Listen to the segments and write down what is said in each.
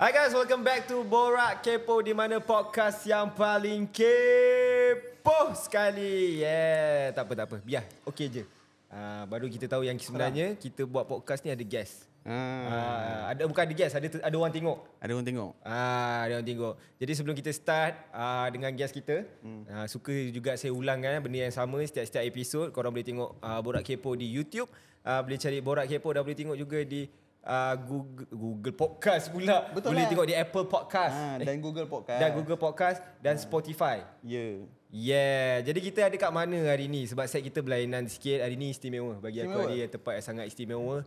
welcome back to Borak Kepo di mana podcast yang paling kepo sekali. Yeah, tak apa tak apa. Biar. Okey je. Uh, baru kita tahu yang sebenarnya kita buat podcast ni ada guest. Ah, Uh, ada bukan ada guest, ada ada orang tengok. ada orang tengok. Ah, dia orang tengok. Jadi sebelum kita start ah, dengan guest kita, hmm. ah, suka juga saya ulangkan benda yang sama setiap-setiap episod. Korang boleh tengok ah, Borak Kepo di YouTube. Ah, boleh cari Borak Kepo dan boleh tengok juga di ah, Google, Google Podcast pula. Betul boleh lah. tengok di Apple Podcast Ah, dan Ah. Google Podcast. dan Google Podcast dan Spotify. Ya. Yeah, jadi kita ada kat mana hari ni? Sebab set kita berlainan sikit. Hari ni istimewa. Bagi aku Istimewa. hari yang tempat yang sangat istimewa.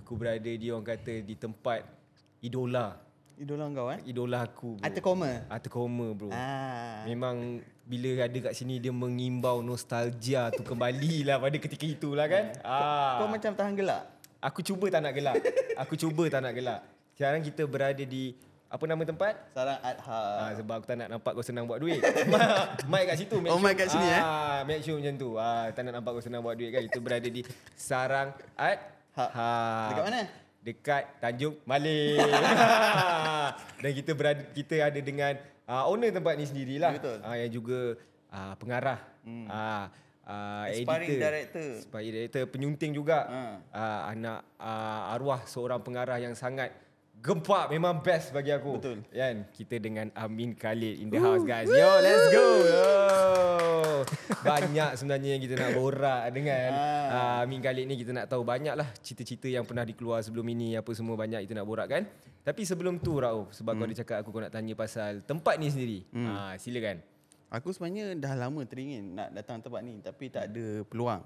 Aku berada di orang kata di tempat idola. Idola kau eh? Idola aku bro. Atta Koma. Atta Koma bro ah. Ah. Memang bila ada kat sini Dia mengimbau nostalgia tu kembali lah Pada ketika itulah kan ah. Kau macam tahan gelak. Aku cuba tak nak gelak Aku cuba tak nak gelak Sekarang kita berada di Apa nama tempat? Sarang Adha. Ah, sebab aku tak nak nampak kau senang buat duit. mic kat situ. Oh, mic kat sini, eh? ah, eh. Make sure macam tu. Ah, tak nak nampak kau senang buat duit kan. Itu berada di Sarang Art. Ha. Dekat mana? Dekat Tanjung Malay. Dan kita berada kita ada dengan ah, owner tempat ni sendirilah. Betul. Ah, yang juga ah, pengarah. Hmm. Ah, ah, Aspiring editor. director. Aspiring director penyunting juga. Ha. Ah, anak ah, arwah seorang pengarah yang sangat gempak memang best bagi aku. Betul. Kan kita dengan Amin Khalid in the house guys. Yo, let's go. Yo. Banyak sebenarnya yang kita nak borak dengan ah. Amin Khalid ni kita nak tahu banyak lah cerita-cerita yang pernah dikeluar sebelum ini apa semua banyak kita nak borak kan. Tapi sebelum tu Rauf sebab hmm. kau ada cakap aku kau nak tanya pasal tempat ni sendiri. Hmm. Ah silakan. Aku sebenarnya dah lama teringin nak datang tempat ni tapi tak ada peluang.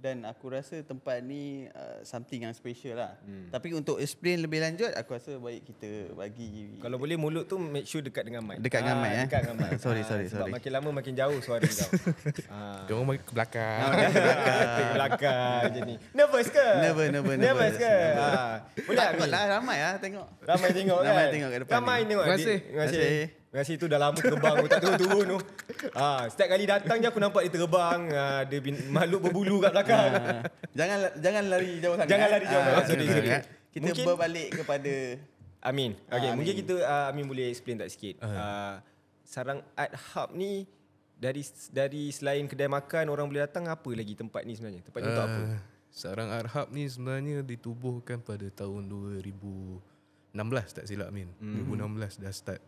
Dan aku rasa tempat ni uh, something yang special lah. Hmm. Tapi untuk explain lebih lanjut aku rasa baik kita bagi Kalau boleh mulut tu make sure dekat dengan mic. Dekat dengan Ah, mic, eh? Dekat dengan mic. Sorry, Ah, sorry, sebab sorry. makin lama makin jauh suara kau. ah. Dia orang bagi ke belakang. belakang. belakang je ni. Nervous ke? Kan Nervous, nervous, nervous. nervous. ke? Ha. Boleh Takut Amin? lah ramai lah tengok. Ramai tengok kan? Ramai tengok kat depan Ramai ni. tengok. Terima kasih. Adik. Terima kasih. Terima kasih. Terima kasih tu dah lama terbang aku tak turun-turun tu. Ha, setiap kali datang je aku nampak dia terbang. Ha, dia bin, makhluk berbulu kat belakang. Ah, jangan jangan lari jauh sangat. Jangan lari jauh Ah, sangat. sorry, sorry. Kita Mungkin- berbalik kepada Amin. Okay, Ah, mungkin Amin. kita uh, Amin boleh explain tak sikit. Uh, sarang Art Hub ni dari dari selain kedai makan orang boleh datang apa lagi tempat ni sebenarnya? Tempat ni untuk apa? Ah, Sarang Arhab ni sebenarnya ditubuhkan pada tahun 2016 tak silap Min. 2016 dah start.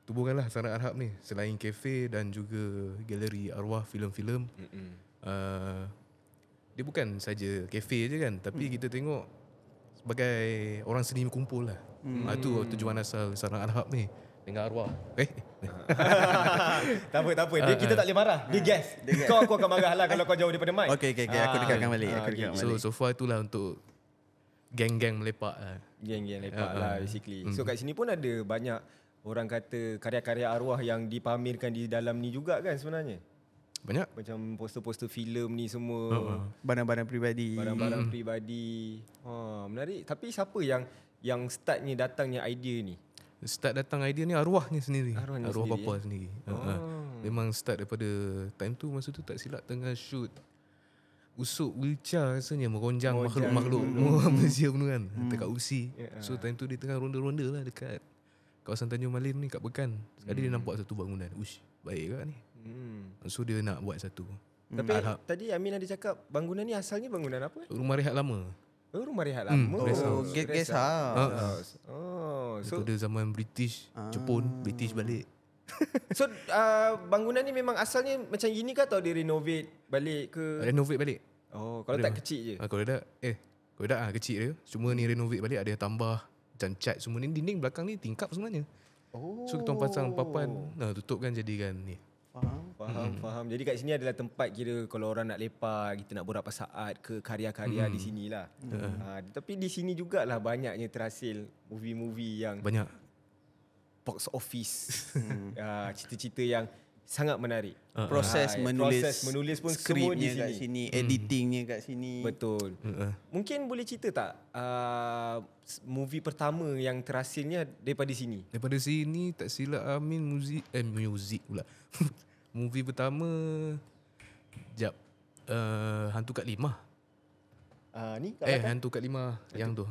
Tubuhkanlah Sarang Arhab ni selain kafe dan juga galeri arwah filem-filem. Uh, dia bukan saja kafe je kan tapi kita tengok sebagai orang seni berkumpul lah. Hmm. itu tujuan asal Sarang Arhab ni dengan arwah. Eh, tak apa, tak apa. Dia, kita tak boleh marah. Dia guess. Kau aku akan marah lah kalau kau jauh daripada mic. Okey okey okey aku Ah. dekatkan balik. Ah, Aku okey. dekatkan So balik. so far itulah untuk geng-geng melepak lah. Geng-geng lepak lah basically. So kat sini pun ada banyak orang kata karya-karya arwah yang dipamerkan di dalam ni juga kan sebenarnya. Banyak. Macam poster-poster filem ni semua. Barang-barang peribadi. Barang-barang peribadi. Ha, menarik. Tapi siapa yang yang start ni datangnya idea ni? Start datang idea ni arwahnya sendiri. Arwahnya Arwah sendiri, bapa sendiri. Ha, ha. Memang start daripada time tu masa tu tak silap tengah shoot usuk wheelchair rasanya meronjang makhluk-makhluk museum tu kan dekat UC. So time tu dia tengah ronda-ronda lah dekat kawasan Tanjung Malim ni kat Bekan. Sekali dia nampak satu bangunan. Ush, baik kat ni. Hmm. So dia nak buat satu. Tapi tadi Amin ada cakap bangunan ni asalnya bangunan apa? eh? Rumah rehat lama. Oh, rumah rehat lama. Oh, guest guest house. house. Oh, so Daripada zaman British, Jepun, British balik. so uh, bangunan ni memang asalnya macam gini ke atau dia renovate balik ke? Renovate balik. Oh, kalau tak kecil je. Ha, kalau dah eh kalau dah ah kecil dia. Cuma ni renovate balik ada yang tambah macam cat semua ni dinding belakang ni tingkap sebenarnya. Oh. So kita orang pasang papan, nah tutupkan jadikan ni. Faham. Faham, faham. Jadi kat sini adalah tempat kira kalau orang nak lepak, kita nak borak pasal art ke karya-karya di sinilah. Ha, tapi di sini jugalah banyaknya terhasil movie-movie yang Banyak. box office. Ah, cerita-cerita yang sangat menarik. Proses Ah, menulis. proses menulis pun semua di skripnya kat sini. sini, editingnya kat sini. Betul. Hmm. Uh-uh. Mungkin boleh cerita tak uh, movie pertama yang terhasilnya daripada sini? Daripada sini tak silap Amin muzik eh muzik pula. Movie pertama jap uh, Hantu Kat Lima. Uh, ni Eh Hantu Kat Lima yang tu.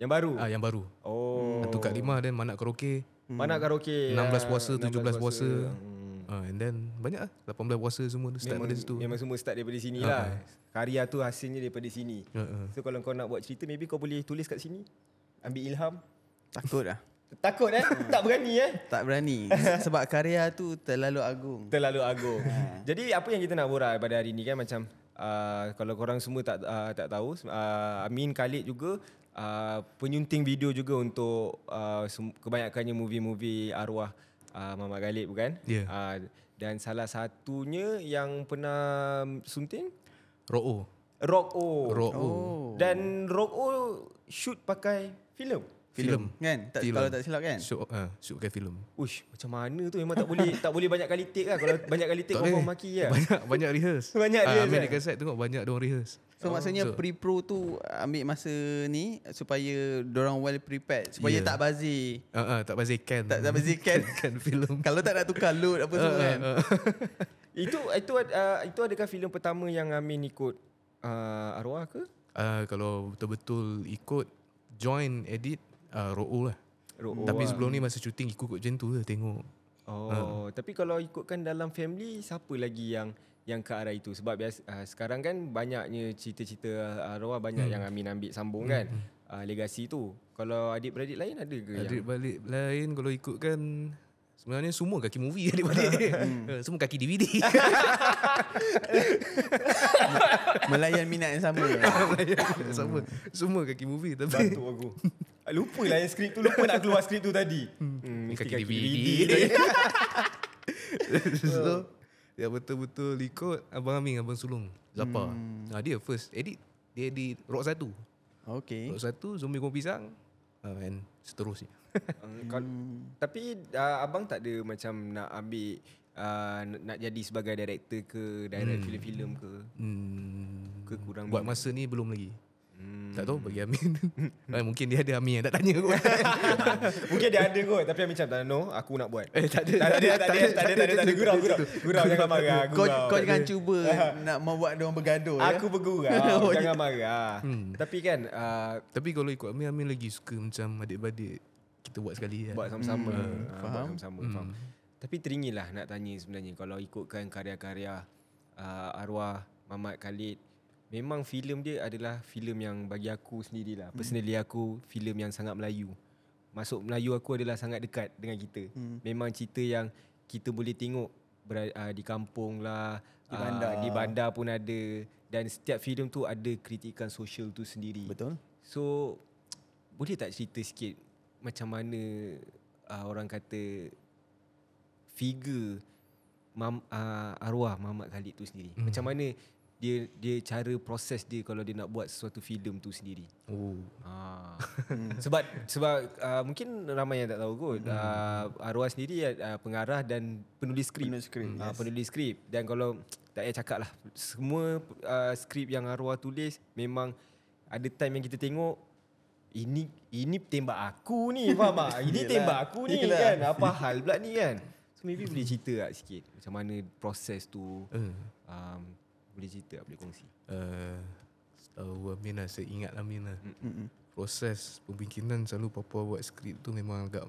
yang baru. Eh. Ah yang baru. Oh. Hantu Kat Lima dan Manak Karaoke. Hmm. Mana karaoke 16 ah, puasa, 17 puasa. Hmm. Ah, and then banyak lah 18 puasa semua dia start Memang, dari situ. Ah, memang semua start daripada sini lah Karya tu hasilnya daripada sini Ha, ha. So kalau kau nak buat cerita Maybe kau boleh tulis kat sini Ambil ilham Takut lah. Takut eh Tak berani eh Tak berani. Se- Sebab karya tu terlalu agung. Terlalu agung. Jadi apa yang kita nak borak pada hari ni kan macam uh, kalau korang semua tak uh, tak tahu uh, Amin Khalid juga uh, penyunting video juga untuk uh, sem- kebanyakannya movie-movie arwah uh, Muhammad Khalid bukan? Ya. Uh, dan salah satunya yang pernah sunting Oh. Ro'o. Rock O. Ro'o. Oh. Dan Rock O shoot pakai filem. Filem. Kan? Tak, Filem. Kalau tak silap kan? Shoot, ah, shoot pakai filem. Ush, macam mana tu memang tak boleh tak boleh banyak kali take lah. Kalau banyak kali take Tak boleh. orang maki lah. Banyak banyak rehearse. Banyak Ah, rehearse, eh. American side tengok banyak dia rehearse. So oh, maksudnya So- pre-pro tu ambil masa ni supaya dorang well prepared. Supaya Yeah. tak bazir. Ah ah, tak bazir kan. Tak- tak bazir can. kan filem. Kalau tak nak tukar load apa semua kan. Itu itu uh, itu adakah filem pertama yang Amin ikut uh, arwah ke? Ah, kalau betul-betul ikut join edit ah, Ro'o lah. Roh. Tapi sebelum Hmm. ni masa syuting ikut kot macam tu lah tengok. Oh, uh. tapi kalau ikutkan dalam family siapa lagi yang yang ke arah itu sebab biasa uh, sekarang kan banyaknya cerita-cerita uh, arwah banyak Hmm. yang Amin ambil sambung kan. Uh, legasi tu. Kalau adik-beradik lain ada ke yang Adik balik lain kalau ikut kan sebenarnya semua kaki movie adik balik. Ah, Hmm. semua kaki DVD. Melayan minat yang sama. Sama. Semua kaki movie tapi Batuk aku. Ah, Lupa lah yang skrip tu Lupa nak keluar skrip tu tadi hmm, mesti kaki DVD. so dia betul-betul ikut abang Aming, abang Sulung, Zapa. Hmm. Ha, dia first edit, dia edit rock satu. Okay. Rock satu zombie kuah pisang uh, and seterusnya. Hmm. Kal- tapi uh, abang tak ada macam nak ambil uh, nak- nak jadi sebagai director ke direct hmm. filem-filem ke Hmm, ke kurang buat masa ni belum lagi. Hmm. Tak tahu bagi Amin. Ah, Mungkin dia ada Amin yang tak tanya kot. mungkin dia ada kot tapi Amin macam tak no aku nak buat. eh tak ada. tak ada tak ada tak ada tak ada tak ada gurau gurau. Gurau jangan marah Kau, gurau. kau jangan cuba nak membuat dorang bergaduh. Ah. Aku ya? bergurau jangan marah. Tapi kan uh, Tapi kalau ikut Amin, Amin lagi suka macam adik-beradik kita buat sekali kan. buat sama-sama hmm, faham? buat sama-sama faham tapi teringin lah nak tanya sebenarnya kalau ikutkan karya-karya uh, arwah Muhammad Khalid memang filem dia adalah filem yang bagi aku sendirilah personally aku filem yang sangat Melayu masuk Melayu aku adalah sangat dekat dengan kita memang cerita yang kita boleh tengok ber, uh, di kampung lah di bandar uh, di bandar pun ada dan setiap filem tu ada kritikan sosial tu sendiri Betul. So boleh tak cerita sikit macam mana uh, orang kata figure mam, uh, arwah Muhammad Khalid tu sendiri. Hmm. Macam mana dia dia cara proses dia kalau dia nak buat sesuatu filem tu sendiri. Oh. Ah. sebab sebab uh, mungkin ramai yang tak tahu kot. Hmm. Uh, arwah sendiri uh, pengarah dan penulis skrip. Penulis skrip, Ah, penulis skrip. Dan kalau tak payah cakap lah. Semua uh, skrip yang arwah tulis memang ada time yang kita tengok ini ini tembak aku ni faham tak? Ini Yelah. tembak aku ni Yelah. kan. Apa hal pula ni kan? So maybe boleh cerita tak sikit macam mana proses tu Eh. um, boleh cerita tak? boleh kongsi. uh, setahu Amin lah, saya ingat Amin lah. Mm-mm. Proses pembikinan selalu Papa buat skrip tu memang agak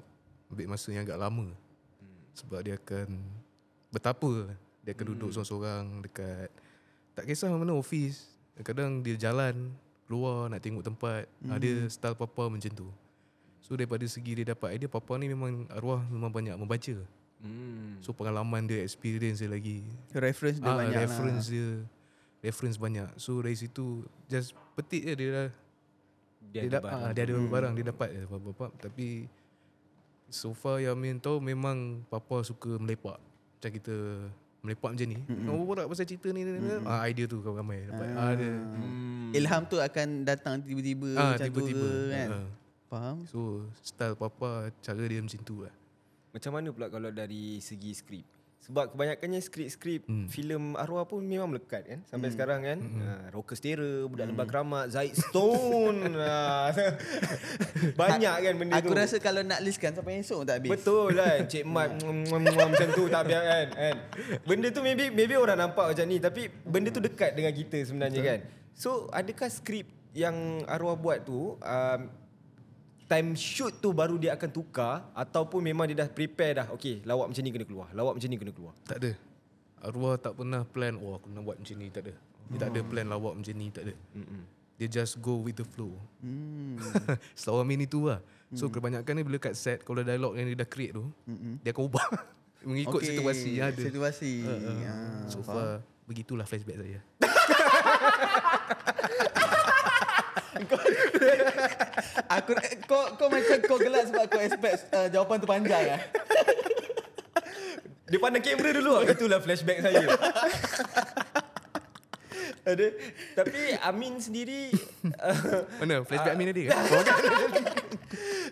ambil masa yang agak lama. Hmm. Sebab dia akan betapa lah. dia akan duduk Hmm. seorang-seorang dekat tak kisah mana office. Kadang dia jalan keluar nak tengok tempat. Mm. Ada Hmm. style Papa macam tu. So daripada segi dia dapat idea Papa ni memang arwah memang banyak membaca. Hmm. So pengalaman dia, experience dia lagi Reference dia ah, banyak reference lah. dia reference banyak so dari situ just petik je dia dah dia, dia, barang. ah, dia ada hmm. barang dia dapat je apa-apa tapi so far yang Amin tahu memang papa suka melepak macam kita melepak macam ni mm-hmm. nak berbual pasal cerita ni, ni, ni. Ah, idea tu kau ramai dapat ah. ada Hmm. Ilham tu akan datang tiba-tiba ah, macam tu tiba-tiba ke, kan. Ah. Faham? so style papa cara dia macam tu lah Macam mana pula kalau dari segi skrip? Sebab kebanyakannya skrip-skrip hmm. filem arwah pun memang melekat kan sampai hmm. sekarang kan. Hmm. Uh, Rocker Stera, Budak hmm. Lembah Keramat, Zaid Stone. Ah, Banyak kan benda Aku tu. rasa kalau nak listkan sampai esok tak habis. Betul kan Cik Mat mm, mm, mm, Macam tu tak biar kan, kan Benda tu maybe Maybe orang nampak macam ni Tapi benda tu dekat dengan kita sebenarnya kan So adakah skrip Yang arwah buat tu um, time shoot tu baru dia akan tukar ataupun memang dia dah prepare dah okay lawak macam ni kena keluar lawak macam ni kena keluar Tak ada. Arwah tak pernah plan, oh aku nak buat macam ni, tak ada. Dia tak ada plan lawak macam ni, tak ada. Dia just go with the flow. Selama mini tu lah. So kebanyakan ni bila kat set, kalau dialog yang dia dah create tu, dia akan ubah. Mengikut okay. situasi yang ada. Ah, Uh-uh. Situasi. Ha. So far, begitulah flashback saya. Aku eh, kau kau macam kau gelak sebab kau expect uh, jawapan tu panjang ah. dia pandang kamera dulu lah. itulah flashback saya ada tapi Amin sendiri uh, Mana? Flashback Amin tadi ke? kan?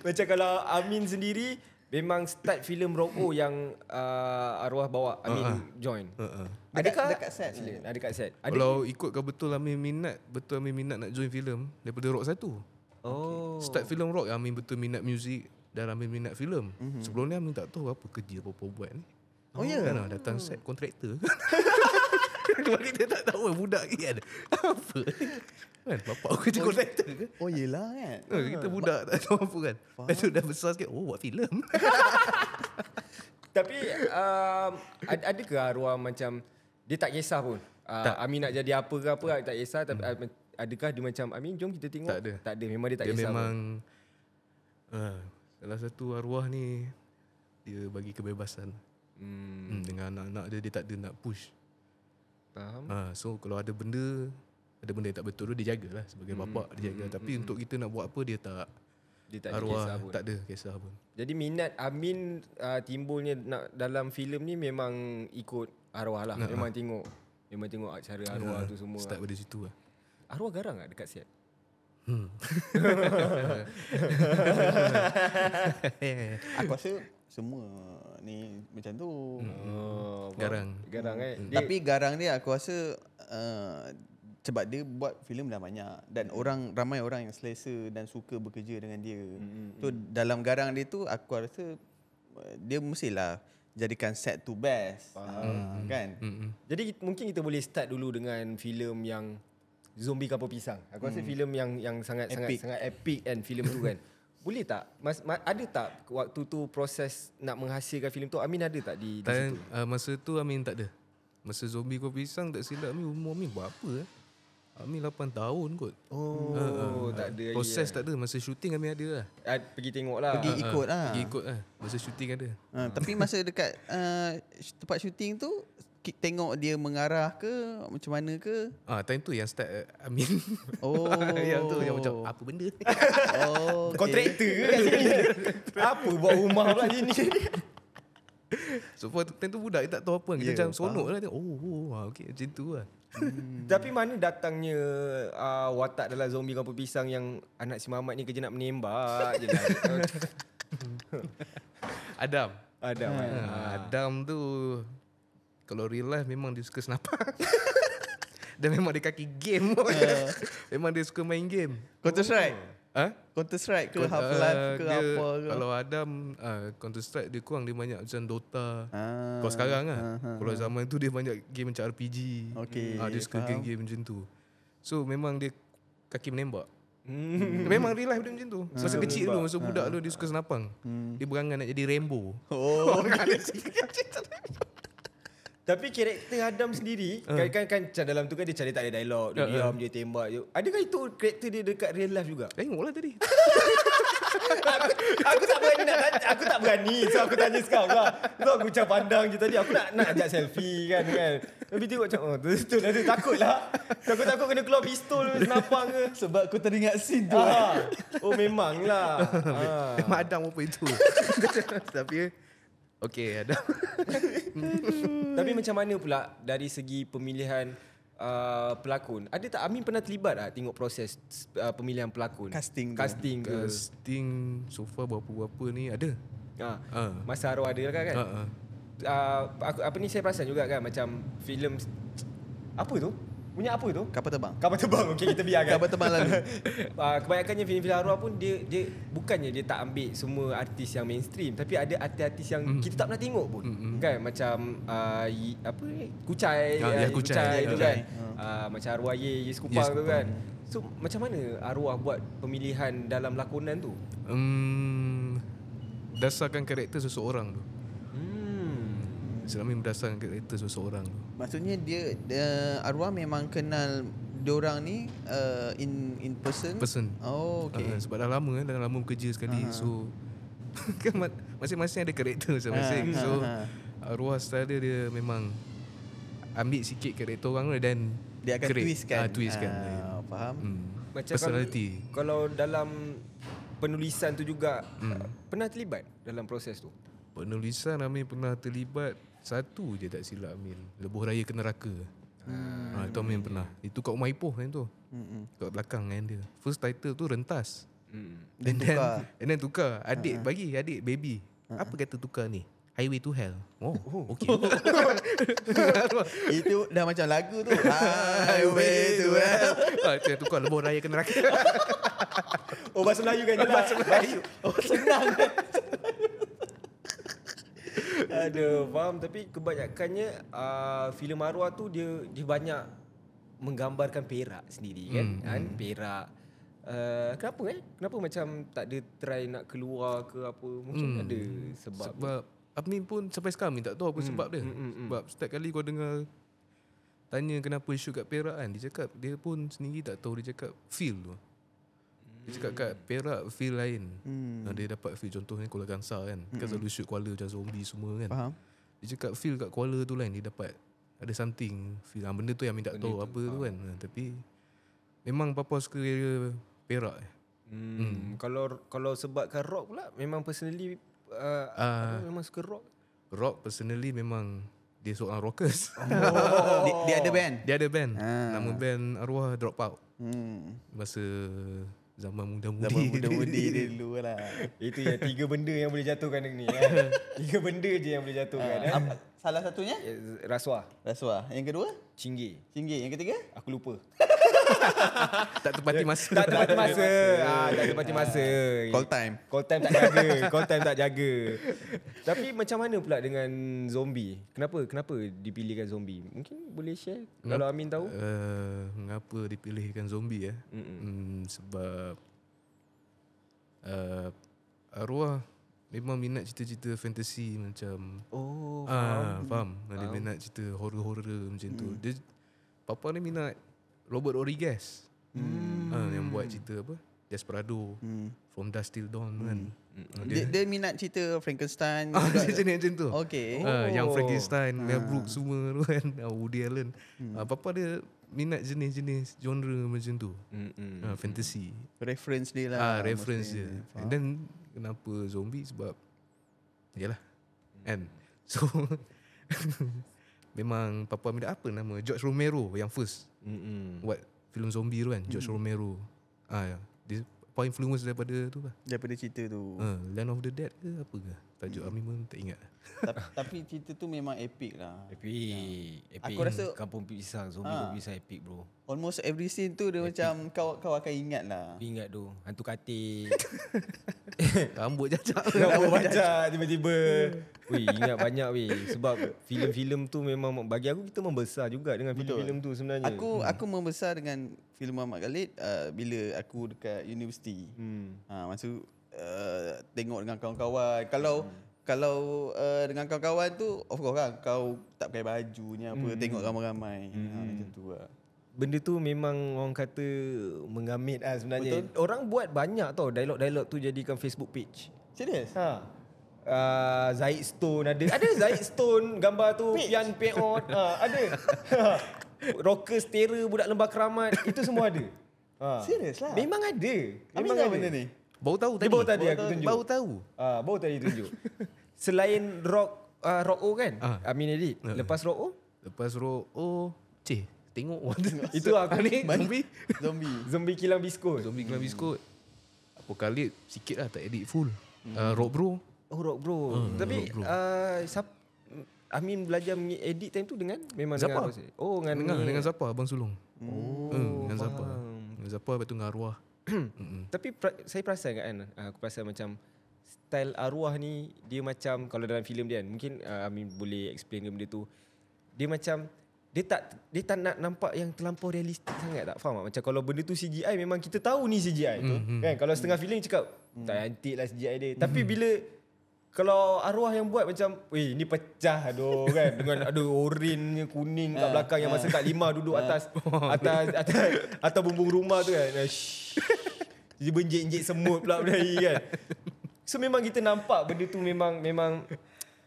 Macam kalau Amin sendiri Memang start filem Roko Hmm. yang uh, arwah bawa Amin Ah, uh-huh. join. Uh-huh. Adakah Dekat- dekat set. Sila, Ada dekat set. Ada. Uh-uh. Kalau ikut kau betul Amin minat, betul Amin minat nak join filem daripada Rock 1. Oh. Start filem rock Amin betul minat muzik dan Amin minat filem. Mm-hmm. Sebelum ni Amin tak tahu apa kerja apa buat ni. Oh, ya? Kan, ah, datang set kontraktor. Sebab kita tak tahu budak ni kan. Apa? ni? Kan bapak aku kerja kontraktor ke? Oh yelah kan. Ha, kita budak tak tahu apa kan. Lepas tu dah besar sikit, oh buat filem. Tapi um, ad- adakah arwah macam dia tak kisah pun. Uh, tak. Amin nak jadi apa ke apa tak kisah tapi hmm. adakah dia macam Amin jom kita tengok. Tak ada. Tak ada. Memang dia tak dia kisah. memang uh, salah satu arwah ni dia bagi kebebasan. Hmm, Hmm, dengan anak-anak dia dia tak ada nak push. faham. Ha, so kalau ada benda ada benda yang tak betul tu dia jagalah sebagai Hmm. bapak dia jaga. Tapi untuk kita nak buat apa dia tak Dia tak ada arwah kisah pun. tak ada kisah pun. Jadi minat Amin uh, timbulnya nak dalam filem ni memang ikut arwah lah. Memang tengok. Memang tengok cara arwah tu semua. Start pada situ lah. Arwah garang tak dekat set? Aku rasa semua ni macam tu. Hmm. Oh, faham. Garang. Garang eh. Dia, Hmm, Tapi garang dia aku rasa uh, sebab dia buat filem dah banyak dan orang ramai orang yang selesa dan suka bekerja dengan dia. Mm-hmm. Tu dalam garang dia tu aku rasa uh, dia mestilah jadikan set to best. Uh, kan? Mm-hmm. jadi kita- mungkin kita boleh start dulu dengan filem yang Zombie Kapal Pisang. Aku rasa filem yang yang sangat Epic. epic. sangat sangat epic kan filem tu kan. Boleh tak? Mas, ma, ada tak waktu tu proses nak menghasilkan filem tu? Amin ada tak di, di Time, situ? uh, masa tu Amin tak ada. Masa zombie kau pisang tak silap Amin umur Amin berapa eh? Amin 8 tahun kot. Oh, tak ada. eh? Proses tak ada. Masa syuting Amin ada lah. Ah, pergi tengok lah. Pergi Ah, ikut lah. Pergi ikut lah. Masa syuting ada. Uh, tapi masa dekat uh, sh- tempat syuting tu ki- tengok dia mengarah ke macam mana ke? Ah, time tu yang start uh, Amin. Oh. yang tu yang macam apa benda? Oh. okay. Kontraktor ke kat sini? Apa buat rumah pula sini? so for time tu budak dia tak tahu apa. Ya, Kita yeah, macam sonok lah. tengok, Oh, oh ah, okay, macam tu lah. Hmm. Tapi mana datangnya uh, watak dalam zombie kampung pisang yang anak si Mamat ni kerja nak menembak je lah. Adam. Ada. Ah, Adam tu kalau real life memang dia suka senapan. Dan memang dia kaki game pun. Eh. Memang dia suka main game. Counter Strike. Ha? Counter Strike ke Kon- Half Life ah, ke dia- apa ke. Kalau Adam uh, Counter Strike dia kurang dia banyak macam Dota. Ah, Kalau sekarang lah. Kalau zaman tu dia banyak game macam RPG. Okey, Ah, dia suka faham. game-game macam tu. So memang dia kaki menembak. Hmm. Memang real life dia macam tu. Ah, Masa kecil dulu, masa budak dulu dia suka senapang. Dia berangan nak jadi Rambo. Hmm. Oh, Tapi karakter Adam sendiri kan kan, kan macam dalam tu kan dia cari tak ada dialog, dia diam, dia tembak je. Adakah itu karakter dia dekat real life juga? Tengoklah tadi. aku, aku tak berani nak tanya, aku tak berani. So aku tanya sekarang lah. So aku macam pandang je tadi. Aku nak nak ajak selfie kan kan. Tapi tengok macam oh tu tu tu takut lah. Takut-takut kena keluar pistol senapang ke. sebab aku teringat scene tu. eh. Ah. Oh memang lah. Ah. Mak Adam Eh, apa itu? Tapi Okay Adam Tapi macam mana pula dari segi pemilihan uh, pelakon? Ada tak Amin pernah terlibat tak tengok proses uh, pemilihan pelakon? Casting tu. Casting ke? Casting So far berapa-berapa ni Ada Ah. Ah. Masa Arwah ada lah kan? Ah, Ha, Uh. ha. Uh, aku, apa ni saya perasan juga kan macam filem apa tu? Punya apa tu? Kapal terbang. Kapal terbang. Okey kita biarkan. Kapal terbang lalu. Ah, kebanyakannya filem filem arwah pun dia dia bukannya dia tak ambil semua artis yang mainstream tapi ada artis-artis yang mm. kita tak pernah tengok pun mm. kan macam uh, y, apa ni kucai Ah, ah, ya, Kucai. tu kan Kucai. Ah, macam arwah ye Yus Kupang Yes, tu kan so macam mana arwah buat pemilihan dalam lakonan tu Hmm, dasarkan karakter seseorang tu. hmm Selama berdasarkan karakter seseorang tu. Maksudnya dia, dia arwah memang kenal diorang ni uh, in in person. Person. Oh Okay. okey. Uh, sebab dah lama kan, dah lama bekerja sekali. Ah. Uh-huh. So kan ma- masing-masing ada karakter masing-masing. Ah, Uh-huh. So ah, arwah style dia, dia memang ambil sikit karakter orang tu dan Dia akan create. twist kan. Ah, twist kan. Ah, faham. Hmm. macam Personality. kalau, kalau dalam penulisan tu juga mm. pernah terlibat dalam proses tu Penulisan Amin pernah terlibat satu je tak silap Amin. Lebuh Raya ke Neraka. Hmm. Ha, itu Amin pernah. Itu kat Umar Ipoh kan tu. Hmm. Kat belakang kan dia. First title tu Rentas. mm. Dia And then, tukar. and then tukar. Adik uh-huh. bagi adik baby. Uh-huh. Apa kata tukar ni? Highway to Hell. Oh, oh. okay. Itu dah macam lagu tu. Ah, Highway to hell. ah, itu yang tukar lebuh raya ke neraka. oh bahasa Melayu kan bahasa Melayu Oh senang. Ada faham tapi kebanyakannya uh, filem arwah tu dia dia banyak menggambarkan Perak sendiri kan. Hmm, kan Perak. Uh, kenapa eh? Kenapa macam tak ada try nak keluar ke apa? Mungkin hmm. ada sebab. sebab sebab Amin pun sampai sekarang Amin tak tahu apa hmm. sebab dia. Hmm, hmm, sebab setiap kali kau dengar tanya kenapa isu kat Perak kan, dia cakap dia pun sendiri tak tahu dia cakap feel tu. Dia cakap kat Perak feel lain. Hmm. Dia dapat feel contohnya Kuala Kangsar kan. Hmm. Kan selalu shoot Kuala macam zombie semua kan. Faham. Dia cakap feel kat Kuala tu lain Dia dapat Ada something feel, ah, Benda tu yang Amin tak tahu Apa tu kan Ah, Tapi Memang Papa suka dia Perak hmm, hmm. kalau kalau sebabkan rock pula memang personally uh, Ah. uh, memang suka rock. Rock personally memang Dia seorang rockers Dia, dia ada band. Dia ada band Nama band Arwah Drop Out Hmm. Masa Zaman muda-mudi Zaman muda-mudi dia dulu lah. Itu yang tiga benda yang boleh jatuhkan ni. Eh. Tiga benda je yang boleh jatuhkan. Eh. Ah, Am- Salah satunya Eh, Rasuah, Rasuah. Yang kedua Cinggi. Singgit. Yang ketiga Aku lupa. Tak tepati masa Tak tepati masa. Ah, tak tepati masa. Call time. Call time tak jaga. Call time tak jaga. Tapi macam mana pula dengan zombie? Kenapa kenapa dipilihkan zombie? Mungkin boleh share Hmm. kalau Amin tahu. Uh, mengapa dipilihkan zombie ya? Hmm, sebab uh, arwah memang minat cerita-cerita fantasi macam Oh. ah faham. Ada minat cerita horror-horror macam tu. Dia papa ni minat Robert Rodriguez. Hmm. Ah, yang buat cerita apa? Desperado. Hmm. From Dusk Till Dawn kan. Ah, Mm. Dia, Oh, dia minat cerita Frankenstein. Ah, juga. macam ni macam tu. Okey. Ah, yang Frankenstein, Mel Brooks semua tu kan. Ah, Woody Allen. Ah, papa dia minat jenis-jenis genre macam tu. Mm-mm. Ah, fantasy. Reference dia lah. Ah, reference maksudnya. dia. And then kenapa zombie sebab yalah. And so memang papa minat apa nama George Romero yang first Mm-mm. buat filem zombie tu kan, George Romero. Ah, ya. dia apa influence daripada tu lah. Daripada cerita tu. Ah, Land of the Dead ke apa ke? Tajuk Amin pun tak ingat. Ta- tapi cerita tu memang epic lah. Epic. Epic. Aku rasa- kampung pisang zombie ha. pisang epic bro. Almost every scene tu dia macam kau kau akan ingat lah. Aku ingat tu hantu katil. Eh, Rambut jajak. Kenapa baca tiba-tiba. Hmm. Weh ingat banyak weh sebab filem-filem tu memang bagi aku kita membesar juga dengan filem-filem tu sebenarnya. Aku aku membesar dengan filem Muhammad Khalid uh, bila aku dekat universiti. Hmm. Ha masa tu, uh, tengok dengan kawan-kawan. Kalau hmm. kalau uh, dengan kawan-kawan tu of course lah kau tak pakai baju ni apa hmm. tengok ramai-ramai. Hmm. Ha macam tu lah. benda tu memang orang kata mengamit lah sebenarnya. Betul? Orang buat banyak tau dialog-dialog tu jadikan Facebook page. Serius? Ha. Uh, Zaid Stone ada. Ada Zaid Stone gambar tu Pian Peot. Ha, ada. Rockers Terror budak lembah keramat itu semua ada. Ha. Serius lah? Memang ada. Memang Memang tahu benda ni. Baru tahu Dia tadi. baru tadi aku tunjuk. Baru tahu. Ah, baru tadi tunjuk. Selain rock uh, rock O kan? Ah. Amin edit. Lepas rock O Lepas roh, oh, cih, tengok warna. itu aku ni zombie. Zombie. zombie kilang biskut. Zombie kelam biskut. Apokalip sikit Hmm. lah, tak edit full. Uh, rock bro. Oh rock bro. Hmm, Tapi rock bro. Uh, siap, Amin belajar mengi- edit time tu dengan memang dengan Zappa. Rosie. Oh dengan Dengar ni. dengan Zapa Abang Sulung Oh, oh, hmm, Dengan Zapa faham. Dengan Zapa Lepas tu dengan Arwah Mm-mm. Tapi pra- saya perasan kan ah, aku perasan macam style arwah ni dia macam kalau dalam filem dia kan mungkin ah, Amin boleh explain ke benda tu. Dia macam dia tak dia tak nak nampak yang terlampau realistik sangat tak faham tak? Macam kalau benda tu CGI memang kita tahu ni CGI tu. Kan kalau setengah filem cakap tak cantik lah CGI dia. Tapi bila kalau arwah yang buat macam Weh ni pecah aduh kan Dengan ada orange kuning kat belakang Yang masa Kak Lima duduk atas Atas atas, atas bumbung rumah tu kan Eh, shh. Dia benjik-benjik semut pula berdari kan So memang kita nampak benda tu memang Memang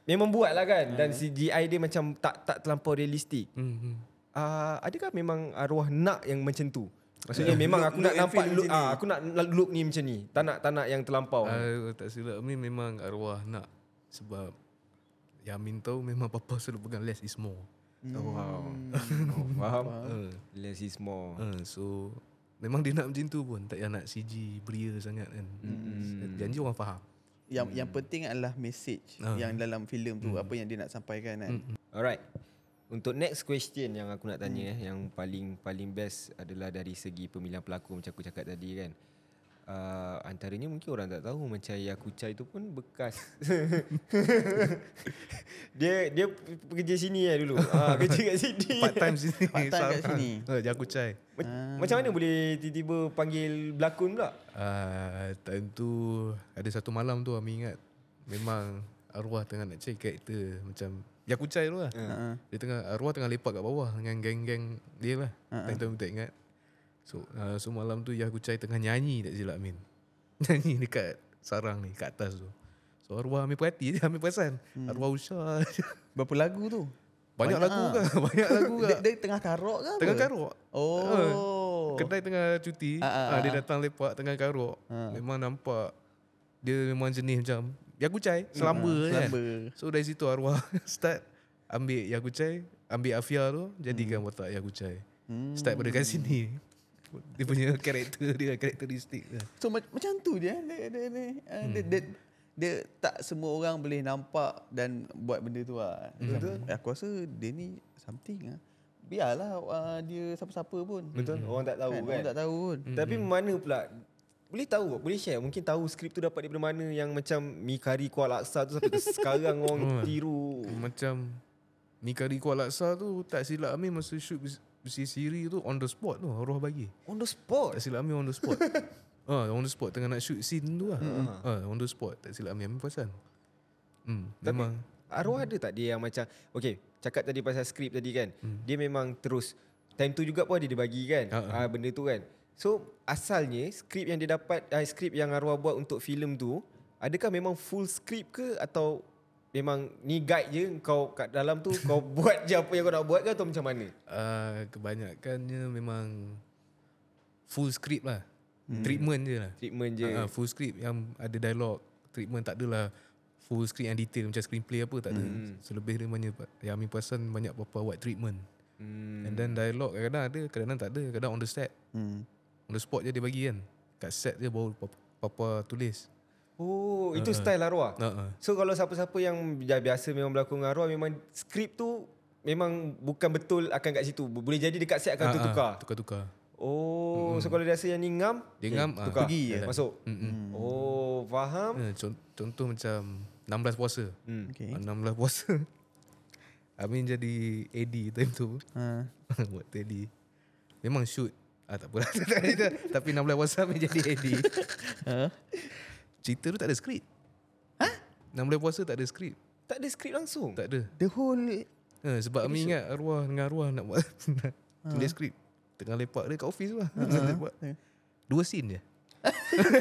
Memang buat lah kan Dan CGI dia macam tak tak terlampau realistik Mm-mm. uh, Adakah memang arwah nak yang macam tu? Maksudnya memang aku nak nampak look, ah, Aku nak look ni macam ni Tak nak, tak nak yang terlampau Ah, tak silap ni memang arwah nak sebab Yamin tahu memang papa selalu pegang less is more. Wow. Oh, faham? Hmm. Uh, Hmm. Less is more. uh, so memang dia nak macam tu pun tak payah nak CG beria sangat kan. Hmm, Mm. Janji orang faham. Yang yang penting adalah message Hmm. Ah. Hmm. yang dalam filem tu apa yang dia nak sampaikan kan. Alright. Untuk next question yang aku nak tanya Hmm. eh yang paling paling best adalah dari segi pemilihan pelakon macam aku cakap tadi kan. Uh, antaranya mungkin orang tak tahu macam Yakucha itu pun bekas. dia dia kerja sini eh dulu. Ah kerja kat sini. Part time sini. Part time kat sini. Uh, jaku chai. Ma- Ah. Macam mana boleh tiba-tiba panggil berlakon pula? Hmm. Uh, time tu ada satu malam tu Ami ingat memang arwah tengah nak cari karakter macam Yaku chai tu lah. Ha. Dia tengah arwah tengah lepak kat bawah dengan geng-geng dia lah. Uh-huh. Time tu tak ingat. So, uh, so malam tu Yah Kucai tengah nyanyi tak silap Min. Nyanyi dekat sarang ni kat atas tu. So arwah ambil perhati je, ambil perasan. Hmm. Arwah Usha. Berapa lagu tu? Banyak, lagu ah. ke? Banyak lagu ke? Dia, dia tengah karok ke? apa? tengah karok. Oh. Kedai tengah Ah, cuti. ah, Uh, uh, dia datang lepak tengah karok. Uh. Memang nampak dia memang jenis macam Yah Kucai selamba uh, kan. Hmm, ah, Selamba. So dari situ arwah start ambil Yakuchai, ambil Afia tu jadikan hmm. watak Yakuchai. Hmm. Start pada kat sini. Dia punya karakter dia, karakteristik dia. So mac- macam tu eh. dia dia dia, dia, ah, dia, Hmm. dia dia tak semua orang boleh nampak dan buat benda tu lah. Hmm. Betul. Aku rasa dia ni something ah. Biarlah ah, dia siapa-siapa pun. Betul? Orang tak tahu kan? Kan? Orang tak Hmm. tahu pun. Tapi mana pula boleh tahu tak? Boleh share Mungkin tahu skrip tu dapat daripada mana Yang macam Mi kari kuah laksa tu Sampai ke sekarang Hmm. orang tiru Macam Mikari Kuala Laksa tu tak silap Amin masa shoot bes- besi siri tu on the spot tu arwah bagi. On the spot Tak silap Amin on the spot. Ah, on the spot tengah nak shoot scene tu lah. Mm-hmm. Ah, on the spot tak silap Amin Amin perasan. Hmm, memang Arwah ada tak dia yang macam Okay Cakap tadi pasal skrip tadi kan Dia memang terus Time tu juga pun ada dia bagi kan Hmm. Ha, uh Benda tu kan So asalnya Skrip yang dia dapat uh, Skrip yang arwah buat untuk filem tu Adakah memang full skrip ke Atau Memang ni guide je Kau kat dalam tu Kau buat je apa yang kau nak buat ke Atau macam mana Uh, kebanyakannya memang full script lah. Hmm. Treatment je lah. Treatment je Uh, full script yang ada dialog. Treatment tak adalah full script yang detail macam screenplay apa tak ada. Hmm. Selebih dia banyak yang Amin perasan banyak apa buat treatment. hmm. Hmm. And then dialog kadang-kadang ada, kadang-kadang tak ada, kadang on the set. Hmm. On the spot je dia bagi kan. Kat set je baru papa, papa tulis. Oh, itu style arwah. Uh-uh. So kalau siapa-siapa yang bi- biasa memang berlakon dengan arwah memang skrip tu memang bukan betul akan kat situ. B- Boleh jadi dekat set akan Ah, ah, tertukar. Tukar-tukar. Oh, so kalau dia rasa yang ni ngam, eh, Dia ngam, ah, tukar. pergi je. masuk. Mm-mm. Hmm. Oh, faham. Uh, con- contoh macam 16 puasa. Hmm. Okey. Okay. 16 puasa. Amin jadi AD time tu. Ha. Buat teddy Memang shoot ah, Tak apalah Tapi 16 puasa Amin jadi AD Ha? Cerita tu tak ada skrip Ha? 16 puasa tak ada skrip Tak ada skrip langsung. Tak ada The whole eh, ha, Sebab Amin ingat arwah Dengan arwah nak buat nak Tulis skrip Tengah lepak dia kat office lah Lepak. Dua scene je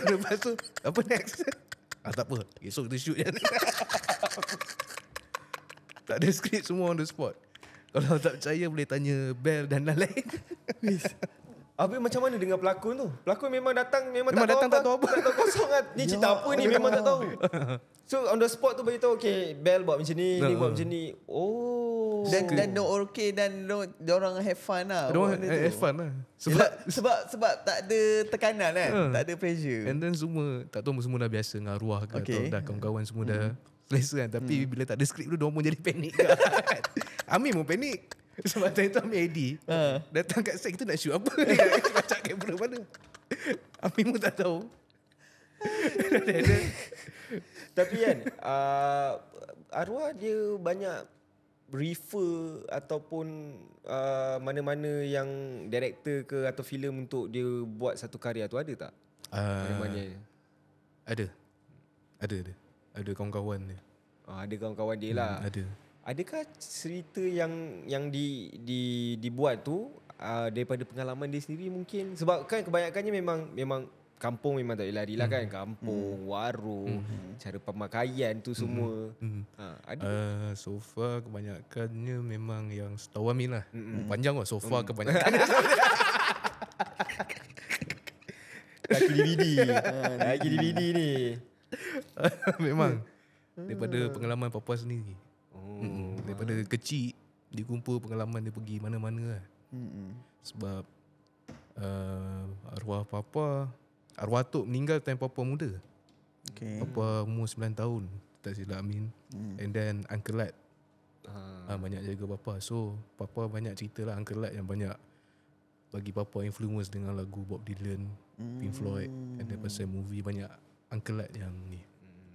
Lepas tu Apa next ah, Tak apa Esok kita shoot je Tak ada skrip semua on the spot Kalau tak percaya Boleh tanya Bell dan lain-lain Habis macam mana dengan pelakon tu? Pelakon memang datang memang, Memang datang tak tahu apa. Tak tahu kosong kan. Ni cerita Ya apa ni memang tak tahu. So on the spot tu bagi tahu okay, Bell buat macam ni, Nah, ni buat ah. macam ni. Oh. dan dan no okay dan no orang have fun lah. Dia orang buat benda tu. have fun lah Sebab Sebab sebab sebab tak ada tekanan kan. Ha. Tak ada pressure. And then semua Tak tahu semua dah biasa Dengan arwah ke Okay. okay. Atau dah kawan-kawan semua dah selesa kan Tapi hmm. bila tak ada skrip tu Diorang pun jadi panik kan Amin pun panik Sebab time tu Amin AD uh. Datang kat set kita nak shoot apa ni Nak Kacak kamera mana Amin pun tak tahu Tapi kan uh, Arwah dia banyak refer ataupun uh, mana-mana yang director ke atau filem untuk dia buat satu karya tu ada tak? uh, Mana-mana. Eh, Ada Ada ada Ada kawan-kawan dia Uh, ada kawan-kawan dia lah. Hmm, Ada Adakah cerita yang yang di di dibuat tu uh, daripada pengalaman dia sendiri mungkin sebab kan kebanyakannya memang memang kampung memang tak boleh lari Hmm. lah kan kampung warung cara pemakaian tu semua Hmm. ha ada Uh, so far kebanyakannya memang yang setahu Amin lah. Mm-mm. Panjang lah so far mm. kebanyakan. kaki DVD kaki DVD ni memang. Daripada pengalaman Papua sendiri. Mm-mm. Daripada kecil dia kumpul pengalaman dia pergi mana-mana lah. Mm-mm. Sebab uh, arwah Papa, arwah Atuk meninggal time Papa muda. Mm. Okay. Papa umur 9 tahun. Tak silap Amin. And then Uncle Lat ha ha, banyak jaga papa. So papa banyak cerita lah Uncle Lat yang banyak bagi papa influence dengan lagu Bob Dylan, Pink Floyd and then pasal movie banyak Uncle Lat yang ni.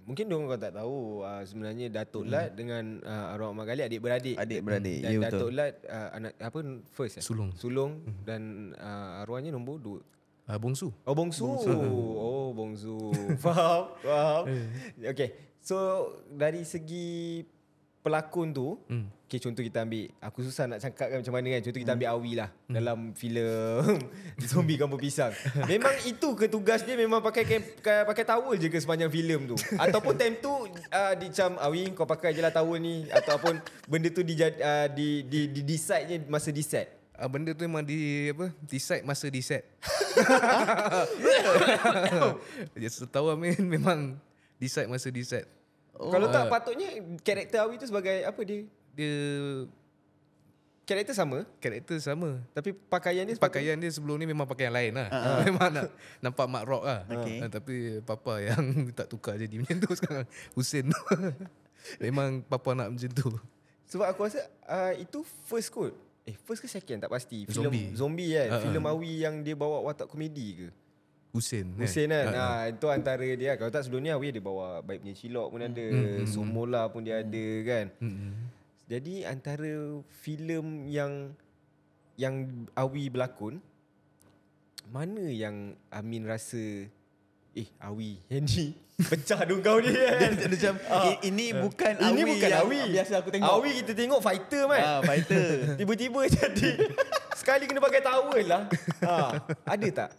Mungkin diorang kau tak tahu uh, sebenarnya Datuk Lat dengan uh, arwah Mak Gali adik-beradik. Adik-beradik, Dan ya, betul. Datuk Lat uh, anak apa first eh? Sulung. Sulung dan uh, arwahnya nombor dua. Ah bongsu. Oh bongsu. bongsu. Oh bongsu. faham? Faham. okay. So dari segi pelakon tu Hmm. Okay contoh kita ambil Aku susah nak cakapkan macam mana kan Contoh kita ambil Awi lah hmm. Dalam filem Zombie Kampung Pisang Memang itu ke tugas dia Memang pakai kem- ka- pakai towel je ke sepanjang filem tu Ataupun time tu uh, Dia macam Awi kau pakai je lah towel ni Ataupun benda tu di, uh, di, di, di decide je Masa di set Ah, benda tu memang di apa? Decide masa di set. Ya setahu Amin memang decide masa di set. oh, Kalau tak patutnya Karakter Awi tu sebagai apa dia Dia Karakter sama karakter sama. Tapi pakaian dia sepatutnya- Pakaian dia sebelum ni memang pakaian lain lah. Memang nak nampak mak rock lah. Okay. tapi papa yang tak tukar jadi macam tu sekarang. Husin tu. memang papa nak macam tu. Sebab aku rasa uh, itu first kot. Eh first ke second tak pasti. Film zombie, Zombie. zombie kan. Uh-huh. Filem Awi yang dia bawa watak komedi ke? Husin. eh. Ah, Hussein kan. Uh-huh. Nah, itu antara dia. kan. Kalau tak sebelum ni Awi dia bawa baik punya cilok pun ada. Mm-hmm. Somola pun dia ada kan. Mm-mm. Jadi antara filem yang yang Awi berlakon mana yang Amin rasa eh Awi Henry pecah dong kau ni kan. Dia macam "I- ini bukan Ah. Awi. Eh. Ini bukan yang Awi. Biasa aku tengok. Awi kita tengok fighter man. Ah, fighter. Tiba-tiba jadi Sekali kena pakai towel lah ha, Ada tak?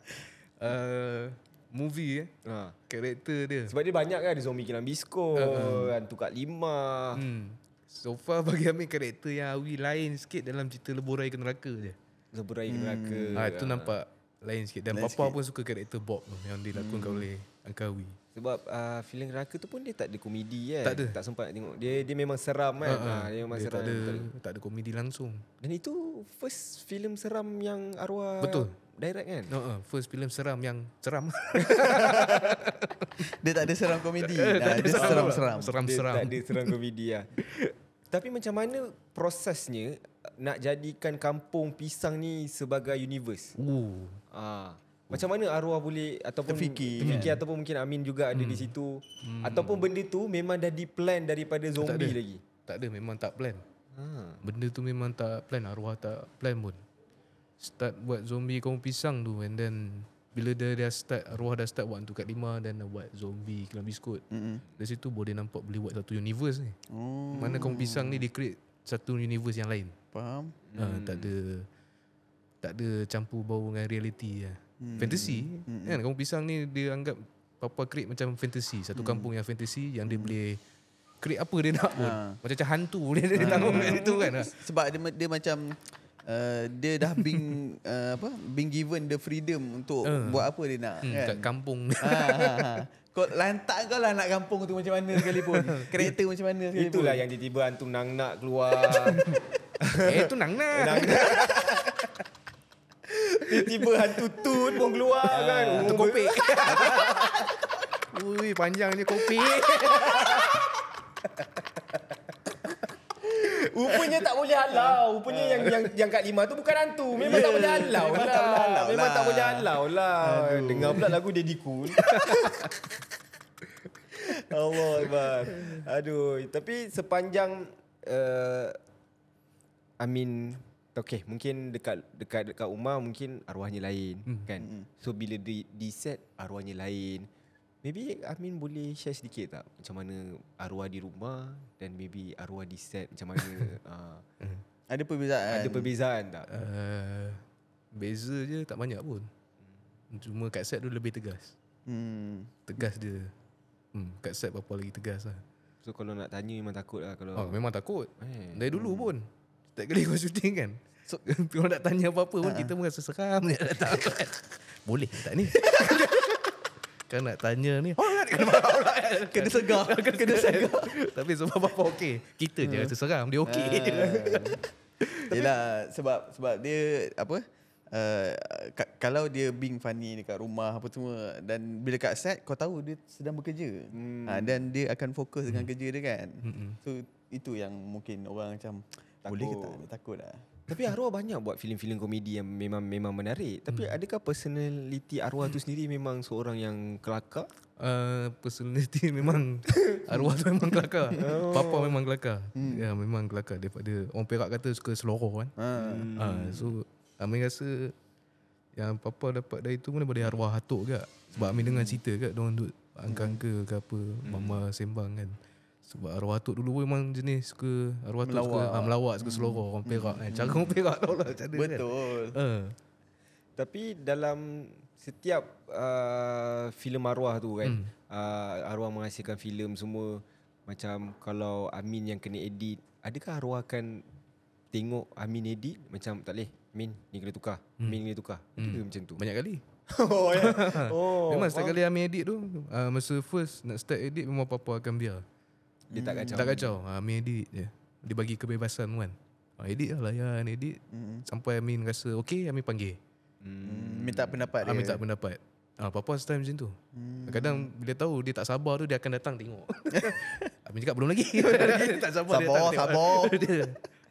Uh, movie eh. Ha. Karakter dia. Sebab dia banyak kan Ada zombie kilang biskot uh-huh. Hantu Kak Lima Hmm. So far bagi Amin karakter yang Awi lain sikit dalam cerita leburai ke neraka je. Leberai hmm. neraka Ah itu nampak lain sikit. Hmm. Dan papa pun suka karakter Bob tu yang dilakonkan oleh Angka Awi. Sebab uh, filem neraka tu pun Dia tak ada komedi kan Tak ada. Ah, Tak sempat nak tengok Dia dia memang seram kan uh-huh. ha, Dia memang Dia seram tak ada, tak ada komedi langsung. Dan itu First filem seram yang arwah Betul. Direct kan No, uh, first filem seram yang seram. Dia tak ada seram komedi. Nah, dia seram-seram. Oh, Dia tak Seram-seram. ada serang komedi lah. Tapi macam mana prosesnya nak jadikan kampung pisang ni sebagai universe? Uh, Ah. Macam mana arwah boleh ataupun terfikir, terfikir ataupun mungkin Amin juga ada di situ ataupun benda tu memang dah di-plan daripada zombie lagi. tak ada memang tak plan. Ha. Benda tu memang tak plan arwah tak plan pun. Start buat zombie kaum pisang tu and then bila dia dah start arwah dah start buat untuk kat lima dan dah buat zombie kelam biskut. Mm-hmm. Dari situ boleh nampak boleh buat satu universe ni. Oh. Hmm, Mana kaum pisang ni dia create satu universe yang lain. faham? Hmm. Ha, tak ada tak ada campur bau dengan reality lah. Hmm. Fantasy hmm. kan kaum pisang ni dia anggap papa create macam fantasy, satu hmm. kampung yang fantasy yang dia boleh create apa dia nak pun. Macam-macam hantu boleh dia tanggung kat situ kan. Ha. Sebab dia, dia macam uh, dia dah being uh, apa being given the freedom untuk uh. buat apa dia nak Hmm, kan. kat kampung. ha, ha, ha. Kau lantak kau lah nak kampung tu macam mana sekalipun. Kereta macam mana sekalipun. Itulah yang tiba-tiba antum nang nak keluar. eh tu nang nak. tiba-tiba hantu tut pun keluar kan. Tu kopi. Ui panjangnya kopi. Rupanya tak boleh halau. Rupanya yang yang yang kat lima tu bukan hantu. Memang tak boleh halau memang lah. tak boleh halau Memang lah. tak boleh halau lah. Dengar pula lagu Daddy Cool. Allah Akbar. Aduh, tapi sepanjang uh, I mean Okay, mungkin dekat dekat dekat rumah mungkin arwahnya lain hmm. kan. Hmm. So bila di, di set arwahnya lain. Maybe Amin boleh share sedikit tak macam mana arwah di rumah dan maybe arwah di set macam mana uh, Ada kan? perbezaan. ada perbezaan tak? Uh, beza je tak banyak pun. Cuma kat set tu lebih tegas. Hmm. Tegas dia. Hmm, kat set berapa lagi tegas lah. So kalau nak tanya memang takut lah Oh, kalau memang takut. Eh. Dari dulu pun. Setiap kali kau syuting kan. So, kau nak tanya apa-apa pun kita merasa seram ni nak datang. Boleh tak ni? kau nak tanya ni. alright, kena marah, alright. Kena segar. Kena segar. Tapi sebab apa okey. Kita je rasa seram, dia okey. Ah. Ha. Yelah sebab sebab dia apa uh, ka- kalau dia being funny dekat rumah apa semua dan bila kat set kau tahu dia sedang bekerja. Hmm. Ha, dan dia akan fokus dengan kerja dia kan. Hmm. So itu yang mungkin orang macam takut. boleh ke tak Dia takut lah. Tapi arwah banyak buat filem-filem komedi yang memang memang menarik. Tapi hmm. adakah personality arwah tu sendiri memang seorang yang kelakar? Uh, personality memang arwah tu memang kelakar. Papa memang kelakar. Hmm. Ya memang kelakar daripada orang Perak kata suka seloroh kan. Ha. Hmm. Uh, so Amin rasa yang papa dapat dari tu pun daripada arwah atuk juga. Sebab Amin dengar cerita kat diorang duduk angka-angka ke apa mama sembang kan. Sebab arwah atuk dulu pun memang jenis suka arwah atuk melawak. suka ah, melawak suka seloroh orang Perak kan. Cara orang Perak tau lah macam mana kan. Betul. Uh. Tapi dalam setiap uh, filem arwah tu kan, hmm. uh, arwah menghasilkan filem semua macam kalau Amin yang kena edit, adakah arwah akan tengok Amin edit macam tak boleh, Amin ni kena tukar, hmm. Amin ni kena tukar. Ada hmm. macam tu? Banyak kali. oh, ya. oh, memang setiap kali Amin edit tu uh, masa first nak start edit memang papa akan biar. dia tak kacau. Tak kacau. Ha, Amin edit je. Dia bagi kebebasan tu kan. Ha, edit lah layan, edit. Mm-hmm. Sampai Amin rasa okay, Amin panggil. Hmm. Minta pendapat dia. Amin tak pendapat. Ha, Papa time macam tu. Mm. Kadang bila tahu dia tak sabar tu, dia akan datang tengok. Amin cakap belum lagi. dia tak sabar. Sabar, dia datang tengok. sabar. dia,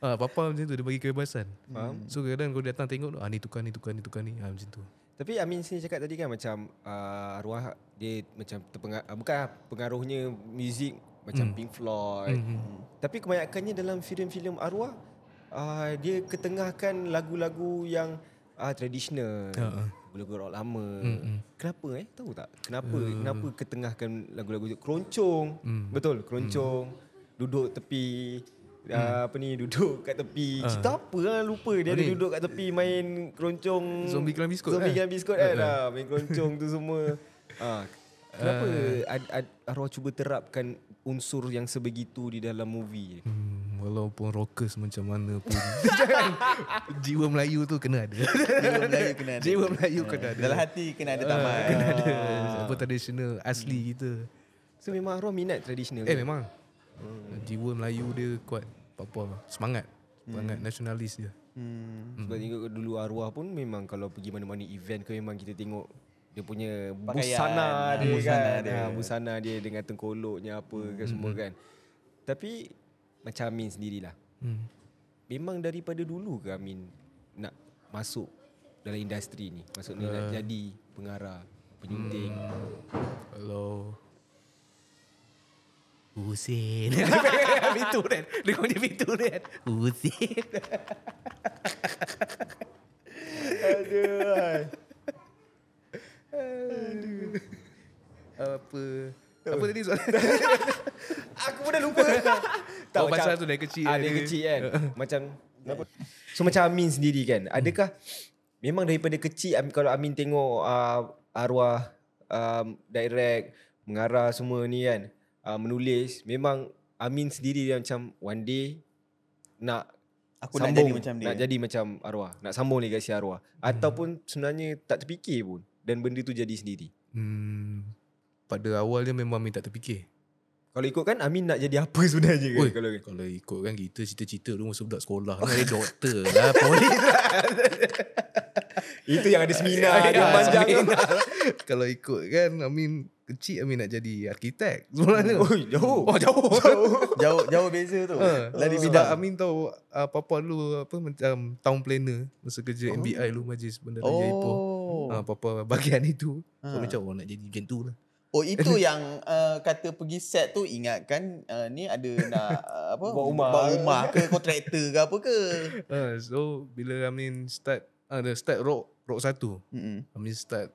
ha, Papa macam tu, dia bagi kebebasan. Faham? So kadang kau datang tengok, ah, ni tukar, ni tukar, ni tukar, ni. Ha, macam tu. Tapi Amin sini cakap tadi kan macam uh, arwah dia macam terpengaruh bukan lah, pengaruhnya muzik macam mm. Pink Floyd. Mm-hmm. Tapi kebanyakannya dalam filem-filem arwah uh, dia ketengahkan lagu-lagu yang uh, tradisional. Uh-huh. Lagu rock lama. Mm-hmm. Kenapa eh? Tahu tak? Kenapa uh. kenapa ketengahkan lagu-lagu tu? Keroncong. Mm. Betul, keroncong. Mm. Duduk tepi Uh, apa ni duduk kat tepi uh. Cerita apa lah lupa Dia ada Ni. duduk kat tepi Main keroncong Zombie kelam biskut Zombie kan? Ah, kelam biskut kan lah. Main keroncong tu semua. ha. Kenapa eh. ad, ad, arwah cuba terapkan unsur yang sebegitu di dalam movie? Hmm, walaupun rockers macam mana pun. jiwa Melayu tu kena ada. Jiwa Melayu kena ada. Jiwa Melayu kena ada. Eh, Dalam hati kena ada tamat. Kena ada apa tradisional asli kita. So memang arwah minat tradisional. Eh ke? memang. Jiwa Melayu dia kuat apa semangat. Semangat nasionalis dia. Hmm, Sebab tengok dulu arwah pun memang kalau pergi mana-mana event ke memang kita tengok dia punya Pakaian, busana ah, dia busana kan. dia. Dia. busana dia dengan tengkoloknya apa ke semua kan. Tapi macam Amin sendirilah. Hmm. Memang daripada dulu ke Amin nak masuk dalam industri ni? Maksudnya uh. nak jadi pengarah, penyunting. Kalau Husin Pintu kan Dia punya pintu kan Husin Aduh. Apa Apa tadi soalan Aku pun dah lupa. Oh, pasal tu dari kecil Ah, kan dari dia. kecil kan. macam kenapa? So macam Amin sendiri kan. Adakah memang daripada kecil Amin- kalau Amin tengok uh, arwah um, direct mengarah semua ni kan, uh, menulis memang Amin sendiri dia macam one day nak Aku nak jadi macam dia. Nak jadi macam arwah. Nak sambung legasi arwah. Hmm. Ataupun sebenarnya tak terfikir pun. Dan benda tu jadi sendiri. hmm, Pada awal dia memang minta terfikir Kalau ikutkan Amin nak jadi apa sebenarnya kan? Oi, Kalau Ya, kalau ikut kan kita cita-cita dulu masa budak sekolah kan dia doktor lah polis lah. Itu yang ada seminar Dia Ah, panjang tu. seminar. Kalau ikut kan Amin Kecil Amin nak jadi arkitek Sebenarnya Oi, jauh. Oh jauh Jauh jauh beza tu. Ha, Lari Sebab Eh, bidang. Amin tahu uh, Papa dulu Apa macam Town planner Masa kerja oh. MBI Lu majlis Benda oh. Jaipur Oh. uh, Papa bahagian itu So Ha. macam orang nak jadi macam tu lah Oh itu yang uh, kata pergi set tu ingatkan uh, ni ada nak uh, apa Buat rumah. buat rumah ke kontraktor ke apa ke. uh, So bila Amin start Ada uh, start rock Rock 1 Hmm. Amin start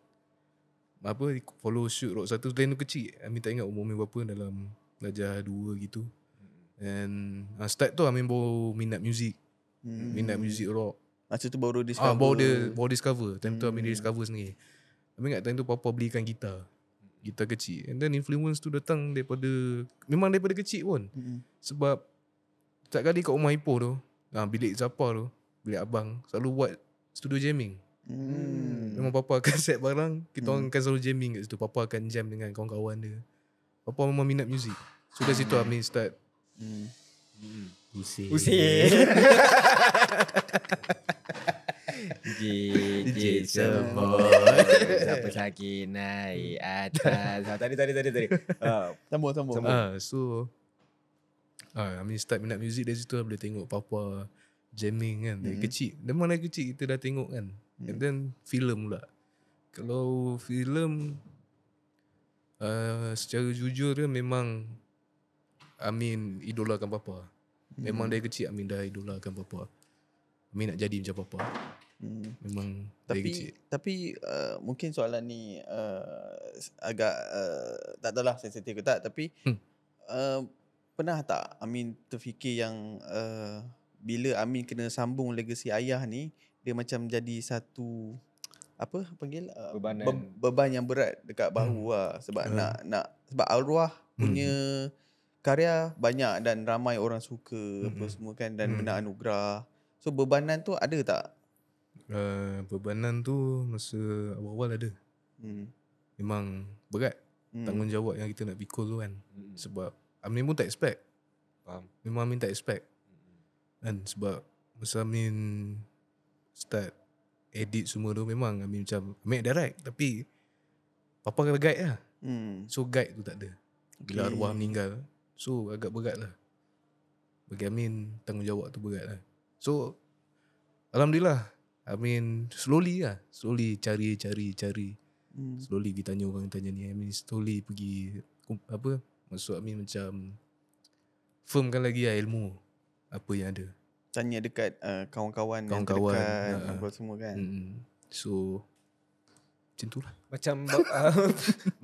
apa follow shoot rock satu lane tu kecil Amin tak ingat umur Amin berapa dalam darjah dua gitu and uh, start tu Amin baru minat music Hmm. minat music rock Masa tu baru discover. ah baru dia baru discover time tu Amin Hmm. dia discover sendiri Amin ingat time tu papa belikan gitar gitar kecil and then influence tu datang daripada memang daripada kecil pun Hmm. sebab setiap kali kat rumah Ipoh tu ah, bilik Zapa tu bilik abang selalu buat studio jamming Hmm. Memang Papa akan set barang Kita orang akan selalu jamming kat situ Papa akan jam dengan kawan-kawan dia Papa memang minat muzik So dari situ Amin start Hmm. Pusing Pusing. Jijik semua Siapa sakit naik atas Ah, Tadi tadi tadi tadi Ah, Sambung sambung. Sambung. ah, So ah, Amin start minat muzik dari situ lah. Boleh tengok Papa jamming kan Dari Mm. kecil Dari mana kecil kita dah tengok kan And then filem pula Kalau filem uh, Secara jujur dia memang Amin idolakan Papa Mm. Memang dari kecil Amin dah idolakan Papa Amin nak jadi macam Papa Hmm. Memang dari kecil Tapi tapi uh, mungkin soalan ni uh, s- agak uh, tak tahulah sensitif ke tak tapi Hmm. hmm. uh, pernah tak Amin terfikir yang uh, bila Amin kena sambung legasi ayah ni dia macam jadi satu apa panggil uh, Bebanan. be- beban yang berat dekat bahu lah sebab Hmm. nak nak sebab arwah punya karya banyak dan ramai orang suka apa Mm-mm. semua kan dan Hmm. menang anugerah so bebanan tu ada tak uh, Bebanan tu masa awal-awal ada hmm. Memang berat Hmm. Tanggungjawab yang kita nak pikul tu kan Mm, Sebab Amin pun tak expect Faham Memang Amin tak expect Kan sebab Masa Amin Start Edit semua tu memang Amin macam Amin direct Tapi Papa kena guide lah hmm. So guide tu tak ada Bila Okay. arwah meninggal So agak berat lah Bagi Amin Tanggungjawab tu berat lah So Alhamdulillah Amin slowly lah Slowly cari cari cari Hmm. Slowly pergi tanya orang tanya ni Amin slowly pergi kum- Apa Maksud Amin macam Firmkan lagi lah ilmu Apa yang ada Tanya dekat uh, kawan-kawan yang Kawan-kawan, terdekat, ha. apa semua kan. Mm-mm. So Macam tu lah Macam uh,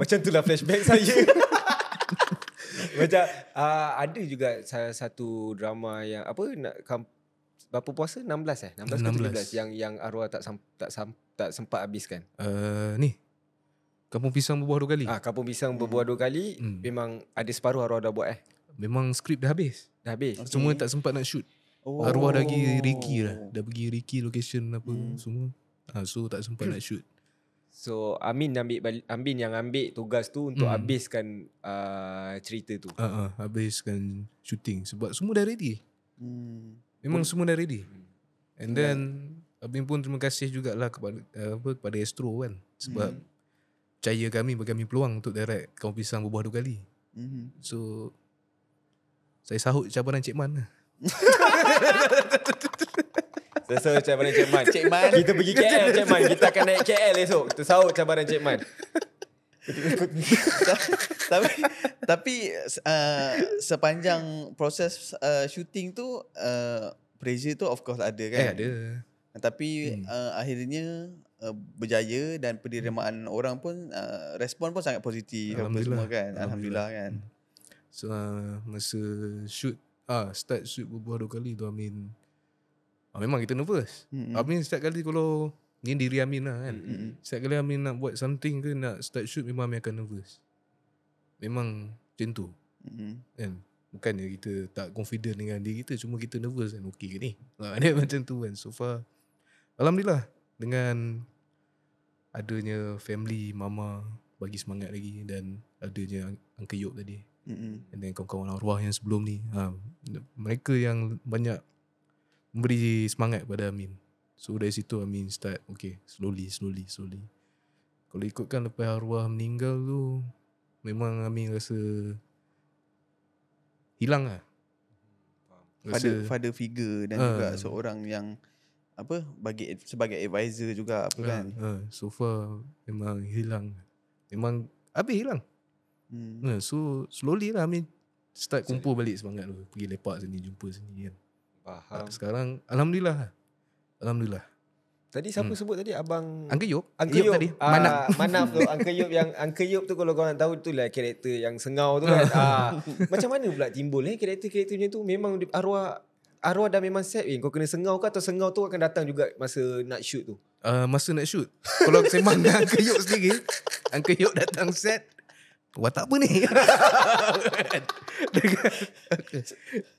Macam tu lah flashback saya Macam uh, Ada juga salah satu drama yang Apa nak kam, Berapa puasa? 16 eh? 16, 16. ke 17 Yang yang arwah tak sam, tak sam, tak sempat habiskan uh, Ni Kampung pisang berbuah dua kali Ah, Kampung Pisang berbuah dua kali Hmm. Memang ada separuh arwah dah buat eh Memang skrip dah habis Dah habis Okay. Semua tak sempat nak shoot oh. Arwah dah pergi Ricky lah Dah pergi Ricky location apa Hmm. semua uh, So tak sempat nak shoot So Amin ambil balik, Amin yang ambil tugas tu Untuk Hmm. habiskan uh, cerita tu uh, uh, Habiskan shooting Sebab semua dah ready Hmm. Memang semua dah ready. And Ya. then Abim pun terima kasih jugalah kepada uh, apa kepada Astro kan sebab Hmm. percaya kami bagi kami peluang untuk direct Kau Pisang berbuah dua kali. Mhm. So saya sahut cabaran Cik Man lah. Saya sahut cabaran Cik Man Cik Man. Kita pergi KL Cik Man Kita akan naik KL esok Kita sahut cabaran Cik Man tapi tapi uh, sepanjang proses uh, shooting tu uh, pressure tu of course ada Eh kan. ada. Tapi Hmm. uh, akhirnya uh, berjaya dan penerimaan orang pun uh, respon pun sangat positif apa Alhamdulillah. semua kan. Alhamdulillah. Alhamdulillah kan. So uh, masa shoot ah start shoot berbuah dua kali tu Amin ah, memang kita nervous. Hmm. Amin setiap kali kalau ni diri Amin lah kan. Mm-mm. Setiap kali Amin nak buat something ke nak start shoot memang Amin akan nervous. Memang macam tu. Mhm. kan bukannya kita tak confident dengan diri kita cuma kita nervous kan okey ke ni ha, dia macam tu kan so far alhamdulillah dengan adanya family mama bagi semangat lagi dan adanya Ang- Uncle Yop tadi Mhm. dan kawan-kawan arwah yang sebelum ni ha, mereka yang banyak memberi semangat pada Amin So dari situ Amin start Okay slowly slowly slowly Kalau ikutkan lepas arwah meninggal tu Memang Amin rasa Hilang lah father father figure dan juga seorang yang apa bagi sebagai advisor juga apa kan. ha, So far memang hilang Memang habis hilang Hmm. ha, So slowly lah Amin Start kumpul balik semangat tu Pergi lepak sini jumpa sini kan Faham. ha. Sekarang Alhamdulillah lah. Alhamdulillah Tadi siapa sebut tadi abang Angka Yop Uncle Yop, tadi Ah, Mana Manap tu Uncle Yop yang Uncle Yop tu kalau korang tahu tu lah karakter yang sengau tu kan. ah, macam mana pula timbul eh karakter-karakter macam tu memang dia- arwah arwah dah memang set eh. kau kena sengau ke atau sengau tu akan datang juga masa nak shoot tu. uh, masa nak shoot kalau sembang dengan Uncle Yok sendiri Uncle Yok datang set watak apa ni Dengan-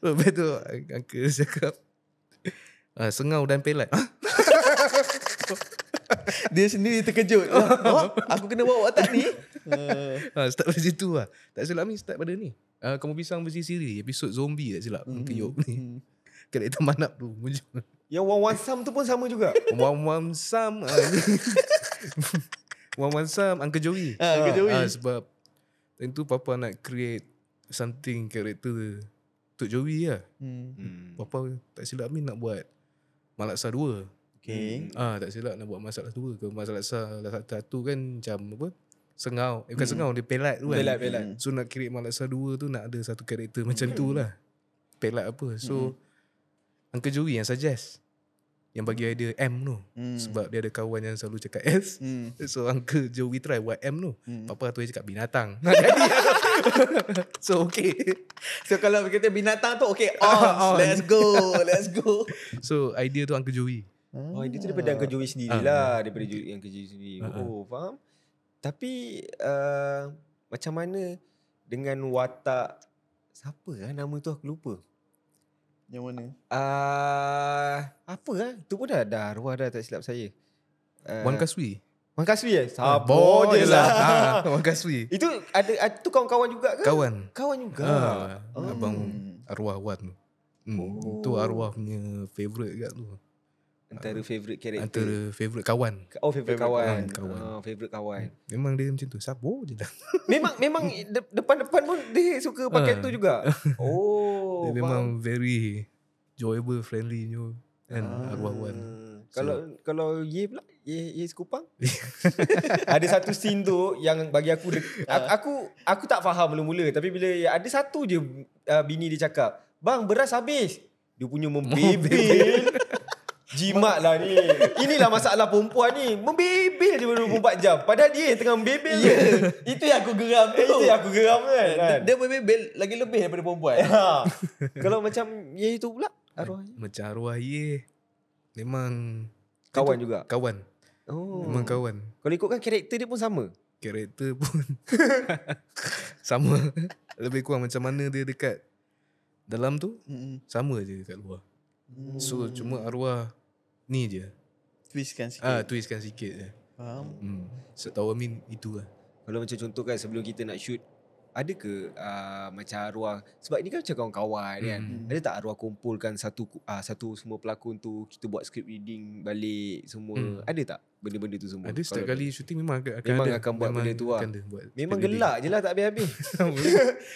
lepas tu Uncle cakap uh, sengau dan pelat Hah? Dia sendiri terkejut. Wah, wah, aku kena bawa watak ni. Uh, uh, start dari situ lah tak silap ni start pada ni uh, kamu pisang bersih siri episod zombie tak silap Hmm. Uncle Yok ni karakter manap tu muncul Yang Wan Wan Ya, Sam tu pun sama juga. Wam Wam Sam ah, ni. Wam Wam Sam Uncle Joey Ah, Uncle Joey. ah, Sebab Time tu Papa nak create Something character Tok Joey lah hmm. Hmm. Papa tak silap ni nak buat Malaksa 2 Okay. ah, Tak silap nak buat masalah 2 ke Masalaksa satu kan Macam apa Sengau eh, Bukan sengau Dia pelat tu kan Pelat pelat. So nak create Malaksa 2 tu Nak ada satu karakter Macam tu lah Pelat apa So Uncle Joey yang suggest Yang bagi idea M tu Hmm. Sebab dia ada kawan yang selalu cakap "Eh, S Hmm. So Uncle Joey try buat M tu Hmm. Papa tu dia cakap binatang Nak jadi So okay So kalau kita binatang tu okay, Ah, on, Ah, On. let's go, let's go. Ah. So idea tu Uncle Joey Oh, dia tu daripada Uncle Joey sendiri lah. Daripada Joey, Uncle Joey sendiri. Oh, faham? Tapi, uh, macam mana dengan watak... Siapa lah nama tu aku lupa. Yang mana? Uh, apa lah? Tu pun dah, dah arwah dah tak silap saya. Uh, Wan Kaswi Wan Kaswi eh? Boh Sabar je je lah. Ah, Wan Kaswi Itu ada, ada tu kawan-kawan juga ke? Kawan Kawan juga. ah, Oh. Abang arwah Wan tu hmm, Tu arwah punya favourite kat tu Antara favourite character. Antara favourite kawan Oh, favourite kawan. kawan. Ah, favourite kawan. Memang dia macam tu Sabo je lah Memang memang de- depan-depan pun dia suka pakai Ah. tu juga. Oh. faham. Dia memang very Joyable, friendly ni Kan arwah Wan Ah. Kalau kalau Ye pula, Ye Ye Sekupang. ada satu scene tu yang bagi aku dek- aku, aku aku tak faham mula-mula tapi bila yang- ada satu je uh, bini dia cakap, "Bang, beras habis." Dia punya membebel. Jimat lah ni Inilah masalah perempuan ni Membebel je 24 jam Padahal dia yang tengah membebel Ya, itu yang aku geram tu. Itu yang aku geram kan, Dia, kan? dia membebel lagi lebih daripada perempuan. Ha. Kalau macam Ye tu pula Arwah Macam arwah ye Memang Kawan juga Kawan Oh Memang kawan Kalau ikutkan karakter dia pun sama Karakter pun Sama Lebih kurang macam mana dia dekat Dalam tu Hmm. Sama je dekat luar So Hmm. cuma arwah Ni je Twistkan sikit. ah, Twistkan sikit je Faham? hmm. Setahu Amin itu lah Kalau macam contoh kan sebelum kita nak shoot ada ke uh, macam arwah sebab ini kan macam kawan-kawan kan Hmm. ada tak arwah kumpulkan satu uh, satu semua pelakon tu kita buat script reading balik semua Hmm. ada tak benda-benda tu semua Ada Hmm, setiap Kalau- kali syuting memang akan, akan Memang ada. akan buat benda tu lah. akan ada buat memang setiap gelak je lah tak habis-habis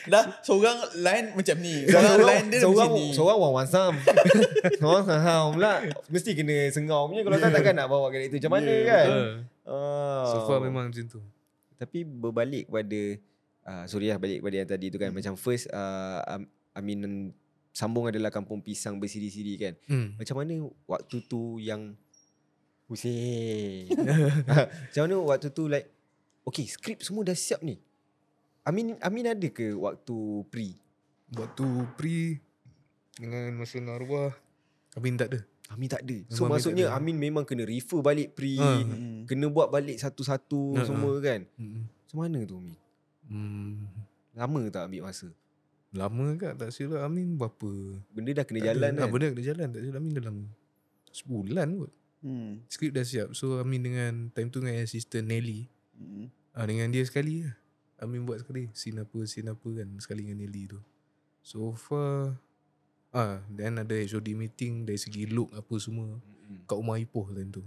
Dah seorang line macam ni. Seorang seorang line dia seorang, macam ni. seorang wan wansam seorang saham pula mesti kena sengau punya kalau tak takkan nak bawa karakter macam mana Ya, kan Ah, oh. So far memang macam tu Tapi berbalik pada uh, Sorry lah balik pada yang tadi Hmm. tu kan Macam first uh, Am- Amin Sambung adalah kampung pisang bersiri-siri kan hmm. Macam mana waktu tu yang Hussein Macam mana waktu tu like Okay skrip semua dah siap ni Amin Amin ada ke waktu pre? Waktu pre Dengan masa Narwah Amin tak ada Amin tak ada So Memang Amin maksudnya tak ada. Amin memang kena refer balik pre Ah. Hmm. Kena buat balik satu-satu Ah, ah. semua kan hmm. Macam mana tu Amin? Hmm. Lama tak ambil masa? Lama kat tak silap Amin berapa Benda dah kena Tak ada. jalan ah, kan? Benda kena jalan tak silap Amin dalam Sebulan kot Hmm. Skrip dah siap So Amin dengan Time tu dengan assistant Nelly Hmm. ah, Dengan dia sekali lah Amin buat sekali Scene apa Scene apa kan Sekali dengan Nelly tu So far ah, Then ada HOD meeting Dari segi look apa semua Kat rumah Ipoh time tu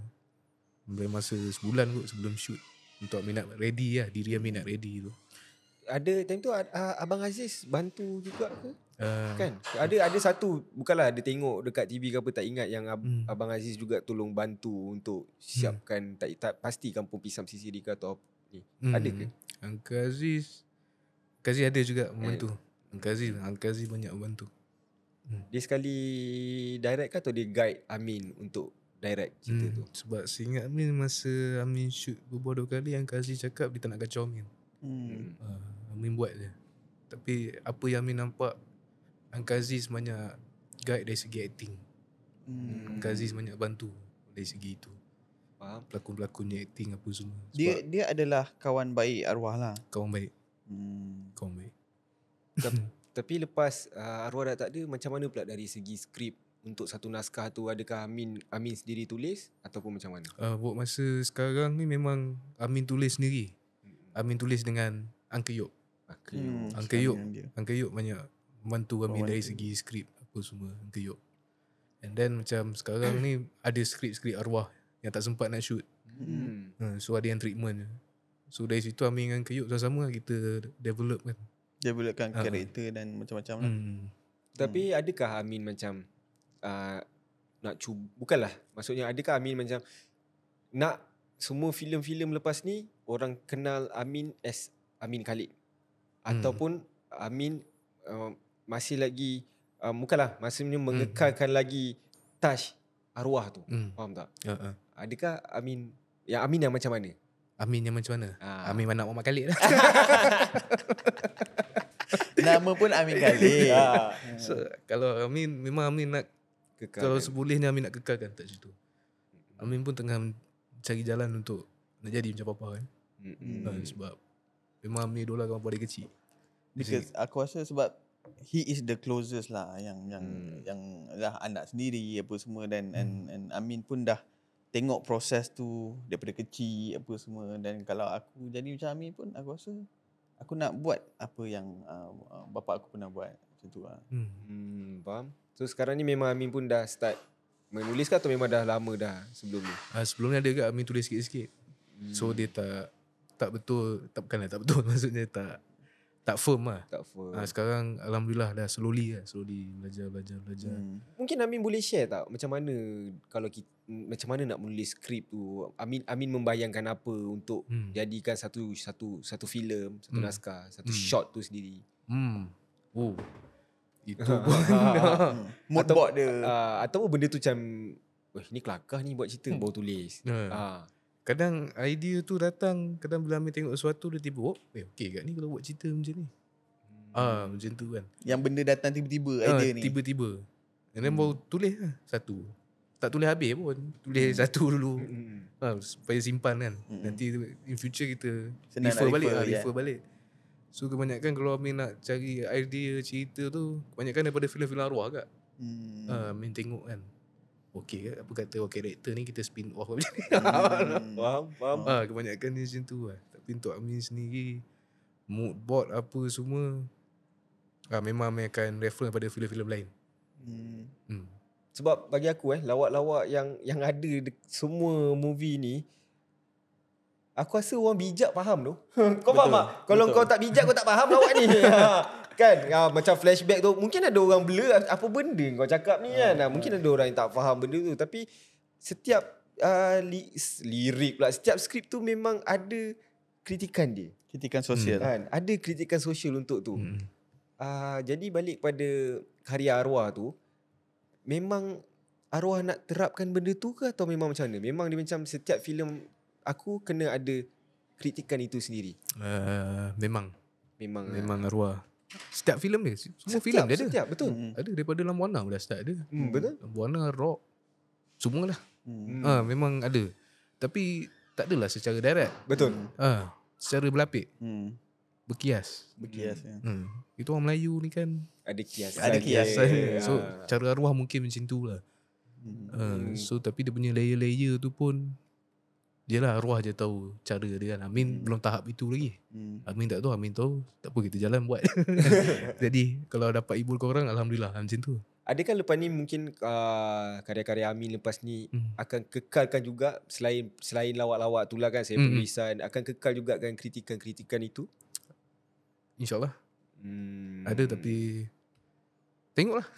Boleh masa sebulan kot sebelum shoot Untuk minat ready lah Diri yang minat ready tu Ada time tu uh, Abang Aziz bantu juga ke? uh, Kan? Ada ada satu bukanlah ada tengok dekat TV ke apa tak ingat yang ab, Hmm. abang Aziz juga tolong bantu untuk siapkan tak, tak pasti kampung pisang CCD ke atau apa ni. Hmm. Ada ke? Uncle Aziz Uncle Aziz ada juga membantu Uncle Aziz Uncle Aziz banyak membantu Dia sekali direct ke atau dia guide Amin untuk direct cerita Hmm, tu? Sebab seingat Amin Masa Amin shoot berbual dua kali Uncle Aziz cakap Dia tak nak kacau Amin Hmm. Hmm. uh, Amin buat je Tapi Apa yang Amin nampak Uncle Aziz banyak Guide dari segi acting Hmm. hmm. Uncle Aziz banyak bantu Dari segi itu Faham? Pelakon-pelakonnya acting apa semua Sebab Dia dia adalah kawan baik arwah lah. kawan baik Hmm. Kawan baik Tapi lepas uh, arwah dah tak ada macam mana pula dari segi skrip untuk satu naskah tu adakah Amin Amin sendiri tulis ataupun macam mana? uh, Buat masa sekarang ni memang Amin tulis sendiri Amin tulis dengan Uncle Yop Okay. Uncle selalu Yop. Hmm, dengan dia. Uncle Yop banyak membantu kami Membantu. dari segi skrip apa semua Uncle Yop. And then macam sekarang ni ada skrip-skrip arwah yang tak sempat nak shoot. Hmm. Ha, so ada yang treatment je. So dari situ Amin dengan Uncle Yop sama-sama lah kita develop kan. Dia bulatkan Ah. karakter dan macam-macam lah. Hmm. Tapi adakah Amin macam uh, nak cuba bukanlah maksudnya adakah Amin macam nak semua filem-filem lepas ni orang kenal Amin as Amin Khalid Hmm. ataupun Amin uh, masih lagi uh, bukanlah maksudnya mengekalkan lagi touch arwah tu. Hmm. Faham tak? Ha, ha. Adakah Amin yang Amin yang macam mana? Amin yang macam mana? Ah. Amin mana Muhammad Khalid lah. Nama pun Amin Khalid. Ah. so, kalau Amin memang Amin nak Kekal. kalau sebolehnya Amin nak kekalkan kat situ. Amin pun tengah cari jalan untuk nak jadi macam papa kan. Mm-mm. Ha, sebab memang Amin dolar kawan dia kecil. Because aku rasa sebab he is the closest lah yang yang Hmm. yang lah anak sendiri apa semua Hmm. dan and, and Amin pun dah tengok proses tu daripada kecil apa semua dan kalau aku jadi macam Amin pun aku rasa aku nak buat apa yang uh, uh, bapa aku pernah buat macam tu lah. Hmm. Hmm, faham. So sekarang ni memang Amin pun dah start menulis ke atau memang dah lama dah sebelum ni? Uh, sebelum ni ada ke Amin tulis sikit-sikit. Hmm. So dia tak tak betul, tak bukanlah tak betul maksudnya tak tak firm lah. Tak faham. Uh, sekarang alhamdulillah dah slowly lah, slowly belajar belajar belajar. Hmm. Hmm. Mungkin Amin boleh share tak macam mana kalau kita, macam mana nak menulis skrip tu? Amin Amin membayangkan apa untuk Hmm. Ya. jadikan satu satu satu filem, satu Hmm. naskah, satu Hmm. shot tu sendiri. hmm. Oh. Itu pun. Hmm. Mood Atau- board dia. Ah. Uh, atau benda tu macam Wah, ni kelakar ni buat cerita baru tulis. Ha. Ah. kadang idea tu datang, kadang bila Amin tengok sesuatu dia tiba, oh, eh okey kat ni kalau buat cerita macam ni. Ah, macam tu kan. Yang benda datang tiba-tiba Ah, Hmm. idea ni. Hmm. Tiba-tiba. And then baru tulis lah satu. Tak tulis habis pun. Tulis satu dulu. Hmm. ha, supaya simpan kan Mm-mm. mm-hmm. nanti in future kita Senang Senang refer nak balik refer, refer, yeah. refer balik so kebanyakan kalau Amin nak cari idea cerita tu kebanyakan daripada filem-filem arwah agak Hmm. hmm. ha, Amin tengok kan okey ke apa kata oh, karakter ni kita spin off macam ni Hmm. Faham, faham. ha, kebanyakan dia macam tu lah tapi untuk Amin sendiri mood board apa semua ha, memang Amin akan refer pada filem-filem lain Hmm. hmm. Sebab bagi aku eh lawak-lawak yang yang ada de- semua movie ni aku rasa orang bijak faham tu. kau faham Betul, tak? Kalau betul. kau tak bijak kau tak faham lawak ni. ha, kan ha, macam flashback tu mungkin ada orang blur apa benda kau cakap ni kan. Ha, mungkin ada orang yang tak faham benda tu tapi setiap uh, li- s- lirik pula setiap skrip tu memang ada kritikan dia. Kritikan sosial. Hmm. Kan? Ada kritikan sosial untuk tu. Hmm. Ah, jadi balik pada karya arwah tu, memang arwah nak terapkan benda tu ke atau memang macam mana? Memang dia macam setiap filem aku kena ada kritikan itu sendiri. Uh, memang Memang ah. memang arwah setiap filem dia semua filem Setiap- dia ada Setiap betul. Hmm. Ada daripada Lambuana pun dah start ada. Hmm, betul. Lambuana, rock. Semua lah. Hmm. Hmm. Hmm. Ha, memang ada. Tapi tak adalah secara direct. Betul. Ha, secara berlapik. Hmm. Berkias. Berkias. ya. Hmm. Itu orang Melayu ni kan. Ada Ah. kias. eh. Ada kiasan. Yeah. So cara arwah mungkin macam tu lah. Hmm. Ha, Hmm. so tapi dia punya layer-layer tu pun. Yelah arwah je tahu cara dia kan. Amin Hmm. belum tahap itu lagi. Hmm. Amin tak tahu, Amin tahu. Tak apa kita jalan buat. Jadi kalau dapat hibur korang Alhamdulillah macam tu. Adakah lepas ni mungkin uh, karya-karya Amin lepas ni hmm. akan kekalkan juga selain selain lawak-lawak tu lah kan saya Hmm. penulisan akan kekal juga kan kritikan-kritikan itu? InsyaAllah Hmm. Ada tapi Tengoklah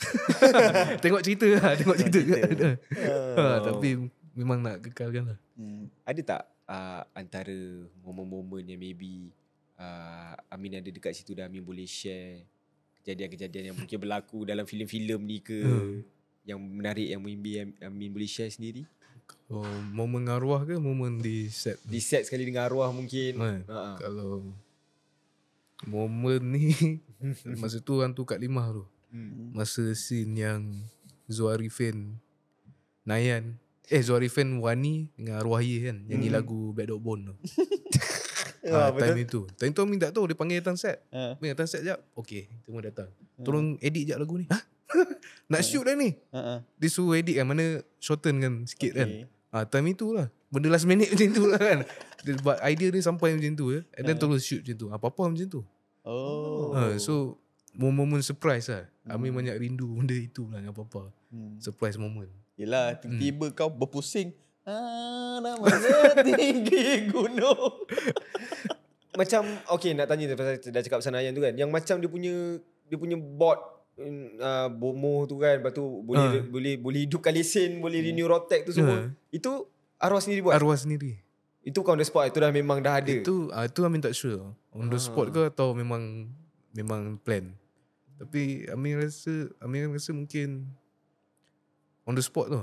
Tengok cerita lah Tengok cerita kat sana ha, Tapi Memang nak kekalkan lah Hmm. ada tak uh, antara momen-momen yang maybe uh, Amin ada dekat situ dan Amin boleh share kejadian-kejadian yang mungkin berlaku dalam filem-filem ni ke Hmm. yang menarik yang maybe Am- Amin boleh share sendiri oh, Momen arwah ke Momen di set di set sekali dengan arwah mungkin Kan? Ha, ha. Kalau Momen ni Masa tu hantu kat limah tu Hmm. Masa scene yang Zuarifin Nayan Eh Zuarifin Wani Dengan Arwahi kan Nyanyi lagu Bad Dog Bone tu Ah, ha, Ya, Time itu Time tu Amin tak tahu Dia panggil datang set Ha. Amin datang set jap Okay Semua datang Ya. Tolong edit jap lagu ni Hah? Nak shoot dah ni Ha. ha. Dia suruh edit kan Mana shorten kan Sikit kan Okay. ha, Time itu lah Benda last minute macam tu lah kan dia, But idea dia sampai macam tu eh. And then terus shoot macam tu Apa-apa macam tu Ya. Oh. Ha, so momen-momen surprise lah. Amin banyak rindu benda itu lah dengan Papa. Hmm. Surprise moment. Yelah, Hmm. tiba-tiba kau berpusing. Ah, nama setinggi gunung. macam okay nak tanya tu pasal dah cakap pasal Nayan tu kan yang macam dia punya dia punya bot mm, uh, bomoh tu kan lepas tu boleh Ha. boleh boleh hidupkan lesen boleh renew rotek tu semua Ha. itu arwah sendiri buat Hmm. Arwah sendiri. itu count the spot itu dah memang dah ada Itu ah tu Amin tak sure. On the spot Ah. ke atau memang memang plan. Tapi Amin rasa Amin rasa mungkin on the spot tu.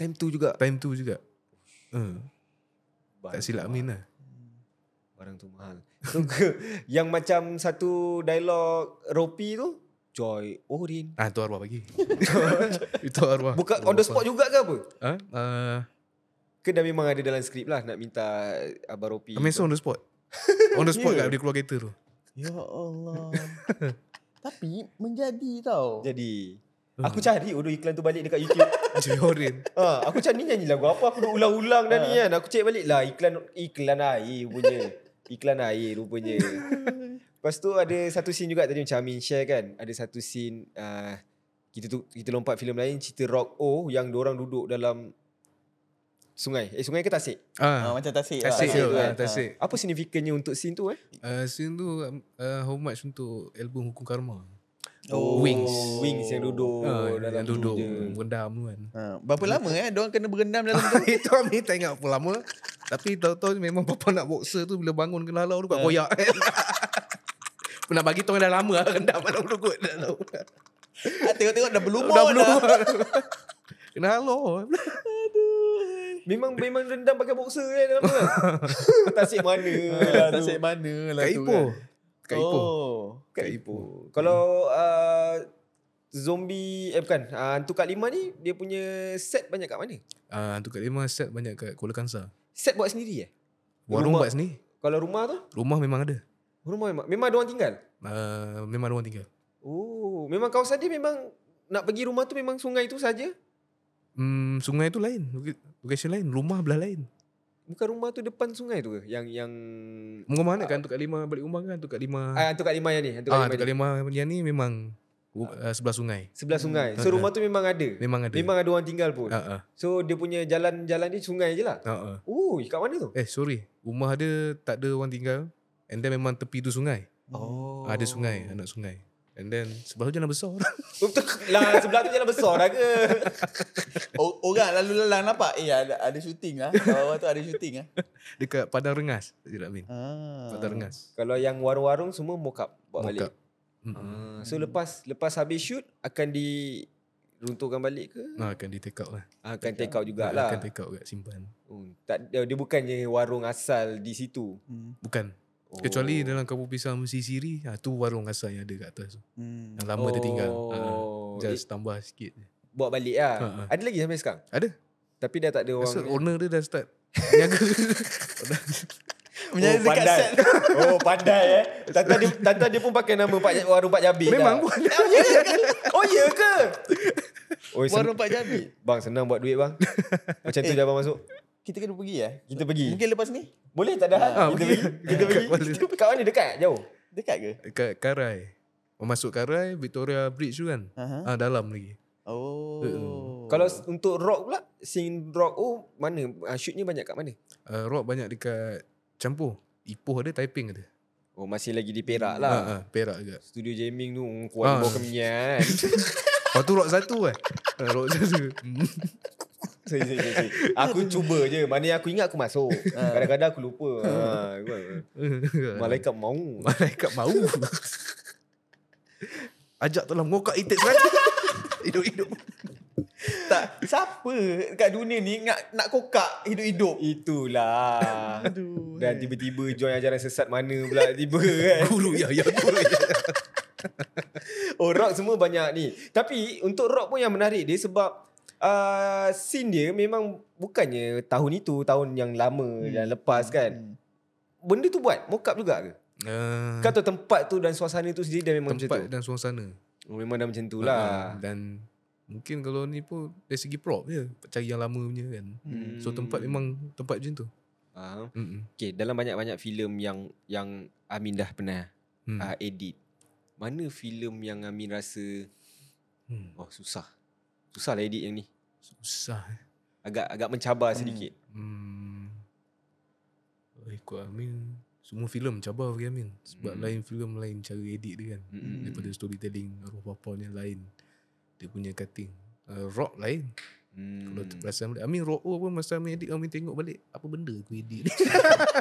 time tu juga Time tu juga. Ha, tak silap Amin lah. Barang tu mahal. So, ke- yang macam satu dialog Ropi tu, Joy Orin. Ah tu arwah pagi. itu arwah. Bukan on the spot juga ke apa? Ha? Uh, Ke dah memang ada dalam skrip lah nak minta Abang Ropi. Amin rasa on the spot. On the spot kat dia keluar kereta tu. Ya Allah. Tapi menjadi tau. Jadi, aku cari dulu iklan tu balik dekat YouTube. Jorin. ha, aku cari ni nyanyi lagu apa aku duk ulang-ulang dah ni Ha. kan. Aku cek balik lah iklan iklan air punya. Iklan air rupanya. Lepas tu ada satu scene juga tadi macam Amin share kan. Ada satu scene uh, kita tu kita lompat filem lain cerita Rock O yang orang duduk dalam sungai. Eh sungai ke tasik? Ah, Ah, macam tasik lah. Tasik Tasik tu tu kan kan. Tasik Apa signifikannya untuk scene tu eh? uh, Scene tu um, uh, Homage untuk Album Hukum Karma Oh. Wings. Wings yang duduk Ah, Oh, dalam Yang tu duduk je. Rendam tu kan Ha, berapa lama eh Diorang kena berendam dalam tu Itu Amin tak ingat berapa lama Tapi tahu-tahu memang Papa nak boxer tu Bila bangun kena halau Ya. tu Buat koyak kan Pernah bagi tahu dah lama lah, Rendam dalam perut Dah tahu Ah, Tengok-tengok dah berlumur Dah dah, belum Kena Lah halau Memang memang rendam pakai boxer kan dalam tu. kan? tasik mana lah Ah, tu. Tasik mana lah Kat tu Ipoh Kat Ipoh Oh. Kat Ipoh. Kalau uh, zombie eh bukan uh, hantu kat lima ni dia punya set banyak kat mana? Ah, Tu kat Lima set banyak kat Kuala Kangsar Set buat sendiri eh? Warung Rumah- buat sini Kalau rumah tu Rumah memang ada rumah memang memang ada orang tinggal. Ah, Memang ada orang tinggal Oh, memang kawasan dia memang nak pergi rumah tu memang sungai tu saja. Hmm, sungai tu lain Loca- Location lain Rumah belah lain Bukan rumah tu depan sungai tu ke? Yang yang Mungkin mana kan Tukar lima Balik rumah kan Tukar lima ah, hantu kat lima yang ni, hantu kat Ah, lima. Tukar ni. lima Yang ni memang ru- ah, Sebelah sungai Sebelah sungai. So Ha, rumah tu Hmm, memang ada. Ya. Memang ada Memang ada orang tinggal pun. ah, ah, So dia punya jalan-jalan ni sungai je lah. ah, ah. Oh, kat mana tu? Eh sorry Rumah dia Tak ada orang tinggal And then memang tepi tu sungai Oh. ah, Ada sungai Anak sungai And then Sebelah tu jalan besar Betul lah sebelah tu jalan besar dah ke? O- Orang lalu lalang nampak Eh ada, ada syuting lah Bawah tu ada syuting lah Dekat Padang Rengas tak silap Min ah. Padang Rengas Kalau yang warung-warung semua mokap bawa Mock balik. up. Ah, Mm-mm. so lepas lepas habis shoot akan diruntuhkan balik ke? Ah, akan di take out lah Ah, Akan take out jugalah. Akan take out kat simpan Oh, tak dia, dia bukannya warung asal di situ. Hmm. Bukan Oh. Kecuali dalam kapur pisang Musi Siri ah, Tu warung asal yang ada kat atas tu Hmm. Yang lama dia tinggal Oh. Ah, Just tambah sikit je. buat balik lah. Ha, ha. Ada lagi sampai sekarang? Ada Tapi dah tak ada orang. Rasa owner dia dah start Niaga Menjadi dekat pandai. set oh, pandai eh. Tata dia, tata dia pun pakai nama Pak Ja- warung Pak Jabir. Memang dah. pun Oh, ya ke? Oh, sen- Warung Pak Jambi bang, senang buat duit bang. Macam Eh. tu je abang masuk. Kita kena pergi lah Kita pergi. Mungkin lepas ni Boleh tak ada hal? Ah, kita pergi. pergi. Kita Kat pergi. mana? Kita pergi. Kat mana dekat? Jauh. Dekat ke? Kat Karai Masuk Karai Victoria Bridge tu kan Aha. ah, Dalam lagi Oh. Kalau s- untuk rock pula, scene rock oh mana uh, shootnya banyak kat mana? Uh, rock banyak dekat campur. Ipoh ada, Taiping ada. Oh masih lagi di Perak Ha, lah. ha, Perak juga. Studio jamming tu mm, kuat Ah. bawah kemenyan. Lepas tu rock satu kan. Ah, rock satu. Hmm. Sorry, sorry, sorry, sorry. aku cuba je. Mana yang aku ingat aku masuk. Kadang-kadang aku lupa. ha, kan. Ah. Malaikat mau. Malaikat bau. Ajak tolong ngokak itik seratus. Hidup-hidup. tak siapa kat dunia ni nak nak kokak hidup-hidup. Ah. Itulah. Aduh. Dan tiba-tiba join ajaran sesat mana pula tiba kan. Guru ya, ya guru ya. Oh rock semua banyak ni. Tapi untuk rock pun yang menarik dia sebab uh, scene dia memang bukannya tahun itu, tahun yang lama hmm. dan lepas kan. Hmm. Benda tu buat mockup juga ke? Uh, Kau tahu tempat tu dan suasana tu sendiri dah memang Eh, macam tempat tu. dan suasana. Oh, memang dah macam tu Ah, lah. Dan mungkin kalau ni pun dari segi prop je. Cari yang lama punya kan. Hmm. So tempat memang tempat macam tu. Faham. Mm-mm. Okay, Ah, dalam banyak-banyak filem yang yang Amin dah pernah Hmm. hmm. uh, edit. Mana filem yang Amin rasa Hmm. oh susah. Susah lah edit yang ni. Susah eh. Agak agak mencabar hmm. sedikit. Hmm. Ikut Amin. Semua filem cabar bagi Amin. Sebab Hmm. lain filem lain cara edit dia kan. Mm-mm. Daripada storytelling arwah bapa ni lain. Dia punya cutting. Uh, rock lain. Hmm. Kalau terperasan balik. Amin rock oh pun masa Amin edit Amin tengok balik. Apa benda aku edit ni?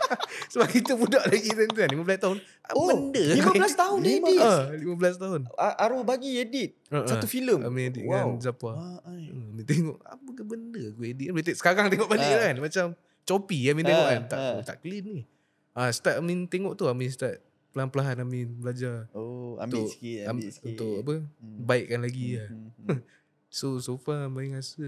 Sebab kita budak lagi kan, tuan-tuan. 15 tahun. Apa Oh, benda? aku 15 edit? tahun Lima- edit? Ah, 15 tahun. A- Arwah bagi edit Ah, ah. satu filem. Amin edit dengan wow. Zappa. Ah, ai. Hmm, Dia tengok apa ke benda aku edit. Dia tengok, sekarang tengok balik Ah. kan. Macam choppy Amin tengok Ah, kan. Tak, ah. tak clean ni. Ah, start Amin tengok tu Amin start pelan-pelan Amin belajar. Oh, ambil Untuk- sikit, Am, ambil sikit. untuk apa? Hmm. Baikkan lagi lah. Hmm, hmm, So so far Amin rasa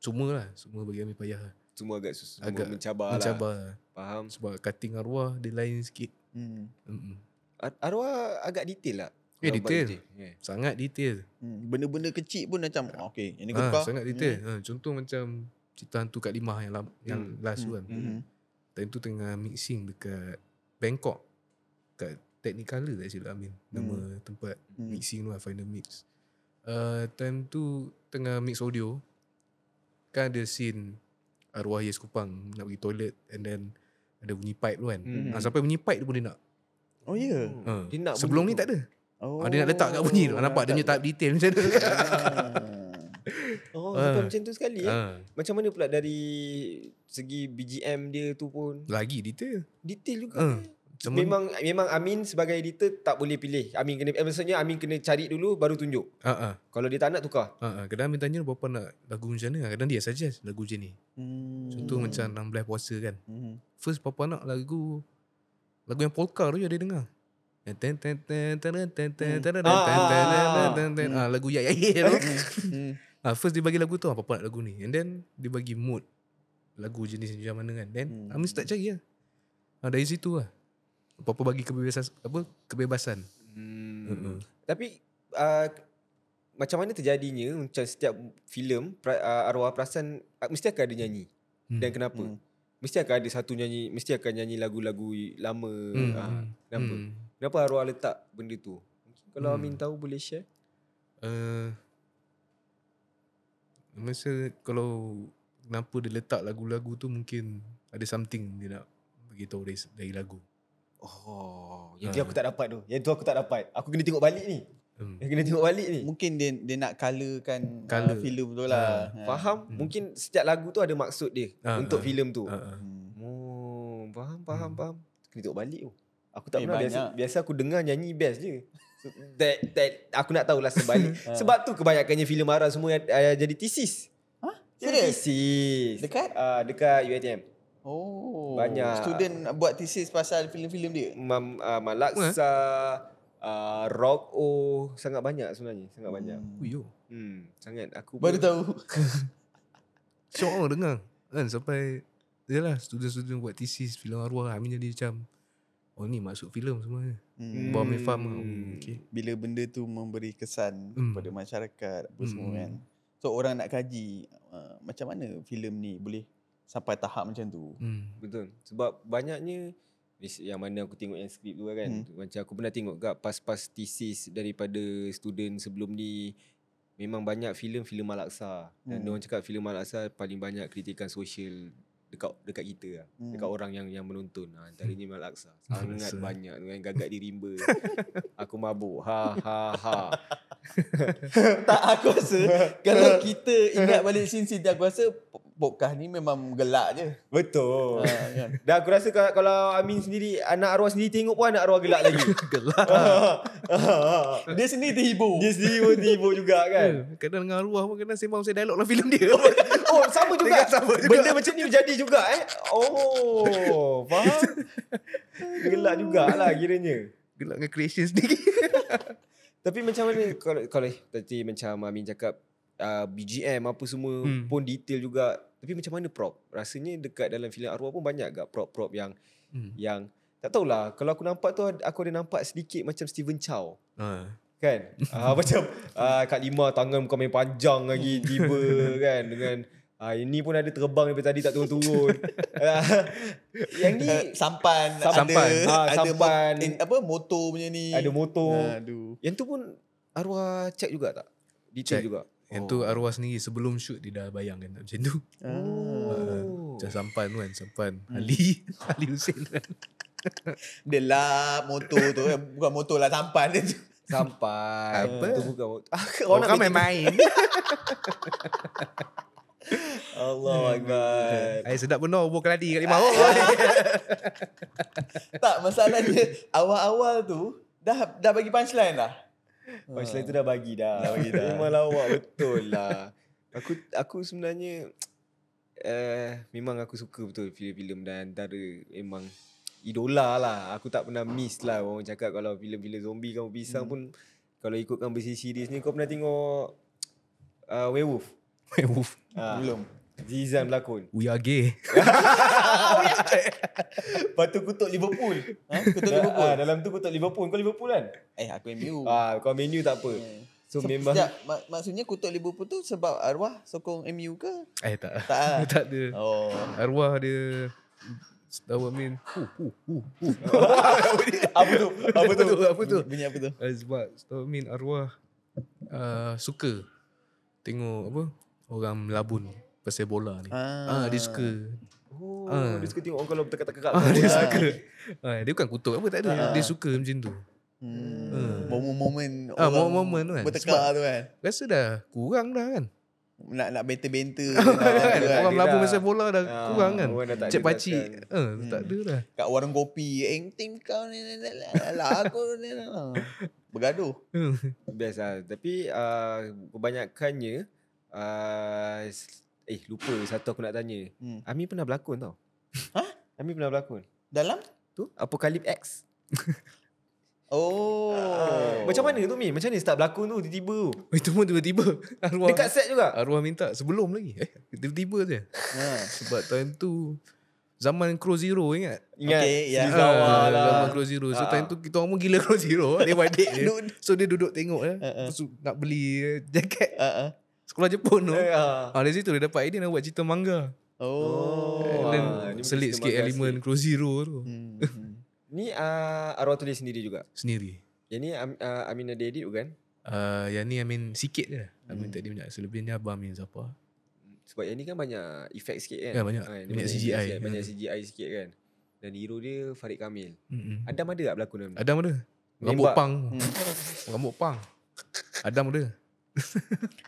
semua lah. Semua bagi Amin payah lah. Semua agak susah. Agak Agak mencabar, lah. Mencabar lah. Faham. Sebab cutting arwah dia lain sikit. hmm, Mm-mm. Ar- Arwah agak detail lah. Eh, Kalau buat detail. Yeah. Sangat detail. hmm. Benda-benda kecil pun macam ah, okay, ini Hmm. Ah, kokak. sangat detail. Ah, contoh macam cerita hantu kat Limah yang, lam, yang Hmm. last tu kan. Hmm. Time tu tengah mixing dekat Bangkok Kat Technicolor tak silap Amin Nama tempat Hmm. mixing tu lah Final Mix uh, Time tu tengah mix audio Kan ada scene Arwah Yes Kupang nak pergi toilet And then ada bunyi pipe tu kan Hmm. hmm. Sampai bunyi pipe tu pun dia nak Oh ya. Yeah. Ah, Dia nak Sebelum ni bunyi tak tu. ada Oh. oh, Dia nak letak kat bunyi tu Nampak dia punya tak. type detail macam tu Oh, Ah. sampai macam tu sekali. Eh? Ah, Macam mana pula dari segi BGM dia tu pun Lagi detail detail juga. Ah, eh? sama- Memang memang Amin sebagai editor tak boleh pilih. Amin kena eh, maksudnya Amin kena cari dulu baru tunjuk. Ah, ah. Kalau dia tak nak tukar. Ah, ah. Kadang Amin tanya Bapa nak lagu macam mana Ah, Kadang dia suggest lagu macam ni Contoh Hmm. macam 16 puasa kan Hmm. First Papa nak lagu Lagu yang polka tu je dia dengar Yang ten ten ten ten ten ten ten ten ten ten Ah, ah, ten ten ah, ah. ten ten. Ah, Lagu ya ya ya tu. Hmm. Ah, First dia bagi lagu tu ah, Papa nak lagu ni And then dia bagi mood Lagu jenis macam mana kan Then Hmm. Amin start cari lah Ah, Dari situ lah Papa bagi kebebasan Apa Kebebasan Hmm. Mm-mm. Tapi uh, macam mana terjadinya macam setiap filem pra, uh, arwah perasan uh, mesti akan ada nyanyi. Hmm. Dan kenapa? Hmm. Mesti akan ada satu nyanyi, mesti akan nyanyi lagu-lagu lama. Hmm. Uh, kenapa? Hmm. Kenapa arwah letak benda tu? Mungkin Kalau Hmm. Amin tahu boleh share. Uh, masa kalau kenapa dia letak lagu-lagu tu mungkin ada something dia nak bagi tahu dari, dari lagu. Oh, yang tu aku tak dapat tu. Yang tu aku tak dapat. Aku kena tengok balik ni. Hmm. Yang kena tengok balik ni. Mungkin dia dia nak colourkan Colour. uh, filem tu lah. Ha. Faham? Hmm. Mungkin setiap lagu tu ada maksud dia Ah, untuk ah, filem tu. Uh, Hmm. Oh, faham, faham, Hmm. faham. Kena tengok balik tu. Aku tak Eh, pernah biasa, banyak. biasa aku dengar nyanyi best je. So, that, that, aku nak tahulah sebalik. Ah. Sebab tu kebanyakannya filem arah semua uh, jadi tesis. Hah? Jadi Serius? Tesis. Dekat? Uh, dekat UiTM. Oh. Banyak. Student buat thesis pasal filem-filem dia. Mam, uh, Malaksa, uh, Rock O. Sangat banyak sebenarnya. Sangat banyak. uh. Yo, Hmm, sangat. Aku Baru pun- tahu. syok orang dengar. Kan sampai Yalah student-student buat thesis filem arwah Amin jadi macam Oh ni masuk filem sebenarnya Hmm. hmm. Bawa Amin faham Hmm. hmm. okay. Bila benda tu memberi kesan Hmm. kepada masyarakat apa Hmm, semua hmm. kan. So orang nak kaji uh, macam mana filem ni boleh sampai tahap macam tu. hmm. Betul. Sebab banyaknya is- yang mana aku tengok yang skrip tu kan. Hmm. Hmm. Macam aku pernah tengok kat pas-pas thesis daripada student sebelum ni memang banyak filem-filem Malaksa. Dan orang cakap filem Malaksa paling banyak kritikan sosial dekat dekat kita lah. Hmm. Dekat orang yang yang menonton. Ha, antaranya Malaksa. Sangat Malaksa. banyak dengan gagak di rimba. Aku mabuk. Ha ha ha. tak aku rasa kalau kita ingat balik scene-scene aku rasa po- podcast ni memang gelak je. Betul. Ha, kan? Dan aku rasa kalau, kalau Amin sendiri Anak arwah sendiri tengok pun Anak arwah gelak lagi Gelak Dia sendiri terhibur. Dia sendiri pun terhibur juga kan Kadang Ya, dengan arwah pun kadang sembang pasal dialog dalam filem dia. Oh sama juga. sama juga Benda macam ni jadi juga eh Oh Faham Gelak jugalah kiranya Gelak dengan creation sendiri. Tapi macam mana Kalau, kalau tadi macam Amin cakap uh, BGM apa semua Hmm. hmm. Pun detail juga Tapi macam mana prop Rasanya dekat dalam filem arwah pun banyak gak prop-prop yang Hmm. Yang tak tahulah Kalau aku nampak tu Aku ada nampak sedikit macam Steven Chow Ha. Kan uh, Macam uh, Kak Lima tangan bukan main panjang lagi Tiba kan Dengan uh, Ini pun ada terbang daripada tadi tak turun-turun uh, Yang ni Eh, Sampan, Sampan. ada, Ah, ada sampan. Mot, in, apa motor punya ni. ada motor Aduh. Yang tu pun Arwah check juga tak? Detail Check. juga Yang tu arwah sendiri sebelum shoot dia dah bayangkan tak macam tu. Ah. Oh. Macam sampan tu kan, sampan. Ali, Ali Hussein kan. Dia lap motor tu. Eh, bukan motor lah, sampan dia tu. Sampai Apa? Tu bukan ah, Oh, nak kau bikin- main-main. Allah Akbar Saya sedap benar obor keladi kat lima. Oh, tak, masalahnya awal-awal tu dah dah bagi punchline lah. dah. Punchline Oh, tu dah bagi dah. Dah bagi dah. Ah. Memang lawak betul lah. Aku aku sebenarnya uh, memang aku suka betul filem-filem dan antara memang idola lah. Aku tak pernah miss lah orang cakap kalau filem-filem zombie kamu pisang hmm. pun kalau ikutkan bersih series ni kau pernah tengok uh, Werewolf. Werewolf. Ah, Belum. Zizan berlakon. We are gay. Lepas tu kutuk Liverpool. Ha? Ketua Liverpool. Ah, dalam tu kutuk Liverpool. Kau Liverpool kan? Eh, aku Oh. MU. Ah, kau menu tak apa. So Se- memang Sekejap, mak- maksudnya kutuk Liverpool tu sebab arwah sokong MU ke? Eh tak. Tak ah. tak ada. Oh. Arwah dia tahu I mean. Hu hu hu hu. apa tu? Apa tu? Apa tu? Bunyi apa tu? Eh, sebab tahu I mean arwah uh, suka tengok apa orang melabun pasal bola ni. Ah. Ah, dia suka. Oh, Ah. dia suka tengok orang kalau bertekak-tekak. Ah, dia suka. Ah, dia bukan kutuk apa tak Ah. ada. Dia suka macam tu. Hmm. Momen-momen Ah, orang momen-momen tu kan. Bertekar tu kan. Rasa dah kurang dah kan. Nak nak banter-banter kan? tu kan. Orang dia melabun Ah, dah- pasal bola dah Ah, kurang kan. orang dah tak ada Hmm. Cik pakcik. belakang. Ah, tak ada dah. Kat warung kopi, eh tim kau ni ni, ni, ni, lah aku ni. ni, lah." Bergaduh. Hmm. Best lah. Tapi uh, kebanyakannya, uh, eh lupa satu aku nak tanya. Hmm. Ami pernah berlakon tau. Hah? Ami pernah berlakon. Dalam? Tu Apocalypse X. Oh. Macam mana tu Mi? Macam mana start berlakon tu tiba-tiba tu? Itu pun tiba-tiba arwah Dekat set juga? arwah minta sebelum lagi. Eh, tiba-tiba je. Ha. Sebab time tu zaman Crow Zero ingat? Ingat Okay, ya. Sri Ah, Zawal Ah, lah. Zaman Crow Zero. So time tu kita orang pun gila Crow Zero. Dia adik dia. Duduk- So dia duduk tengok eh. Ah, Lepas tu nak beli eh, jaket Ah, ah. sekolah Jepun tu. Eh, ah. Ah, dari situ dia dapat idea nak buat cerita manga. Oh. Oh, Dan ah, ni selit cerita sikit manga elemen Crow Zero tu. Hmm, hmm. Ni uh, arwah tulis sendiri juga. Sendiri. Yang ni um, uh, Amina dia edit bukan? Uh, yang ni I mean sikit je lah. I mean Hmm. tak ada banyak. Selebihnya Abang Amin Zapa. Sebab yang ni kan banyak effect sikit kan? Ya, banyak. Ah, dia Banyak CGI. effect, Banyak CGI sikit kan? Dan hero dia Farid Kamil. Mm-mm. Adam ada tak berlakon dalam ni? Adam ada. Rambut Nembak. Hmm. pang. Rambut pang. Adam ada.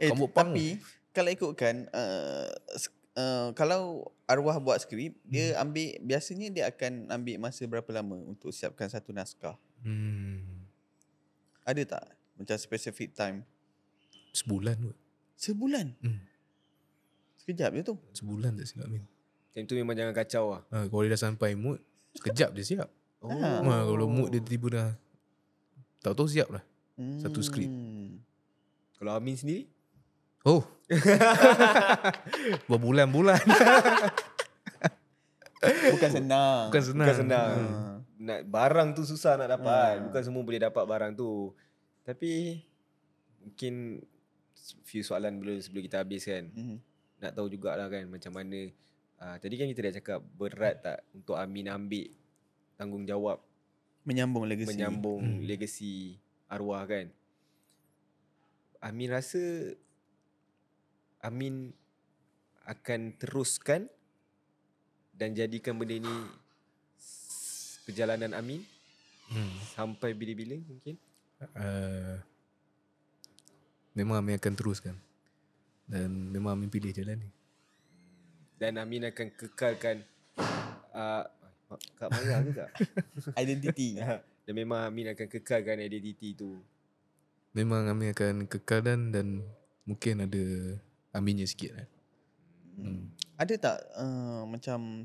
Eh, Rambut pang tapi kalau ikutkan uh, sk- uh, kalau arwah buat skrip dia ambil biasanya dia akan ambil masa berapa lama untuk siapkan satu naskah? Hmm, Ada tak macam specific time? sebulan kot. Sebulan. Hmm. Sekejap je tu. Sebulan tak silap Amin. Time tu memang jangan kacau lah. Ha, kalau dia dah sampai mood, sekejap dia siap. Oh. Ha, kalau mood dia tiba dah tak tahu siap lah. Satu skrip. Hmm. Kalau Amin sendiri? Oh. Berbulan-bulan. Ah, Bukan senang. Bukan senang. Bukan senang. Hmm. Ha. Nak barang tu susah nak dapat. Ah. Bukan semua boleh dapat barang tu. Tapi mungkin few soalan belum sebelum kita habis kan. Hmm. Nak tahu jugalah kan macam mana uh, tadi kan kita dah cakap berat tak untuk Amin ambil tanggungjawab Menyambung legacy. menyambung Hmm. legacy arwah kan. Amin rasa Amin akan teruskan dan jadikan benda ni s- perjalanan Amin Hmm. sampai bila-bila mungkin. Uh, memang Amin akan teruskan. Dan memang Amin pilih jalan ni. Dan Amin akan kekalkan uh, Kak marah ke tak? Identity. Hmm. Dan memang Amin akan kekalkan identiti tu. Memang Amin akan kekal dan, dan mungkin ada Aminnya sikit kan. Hmm. Ada tak uh, macam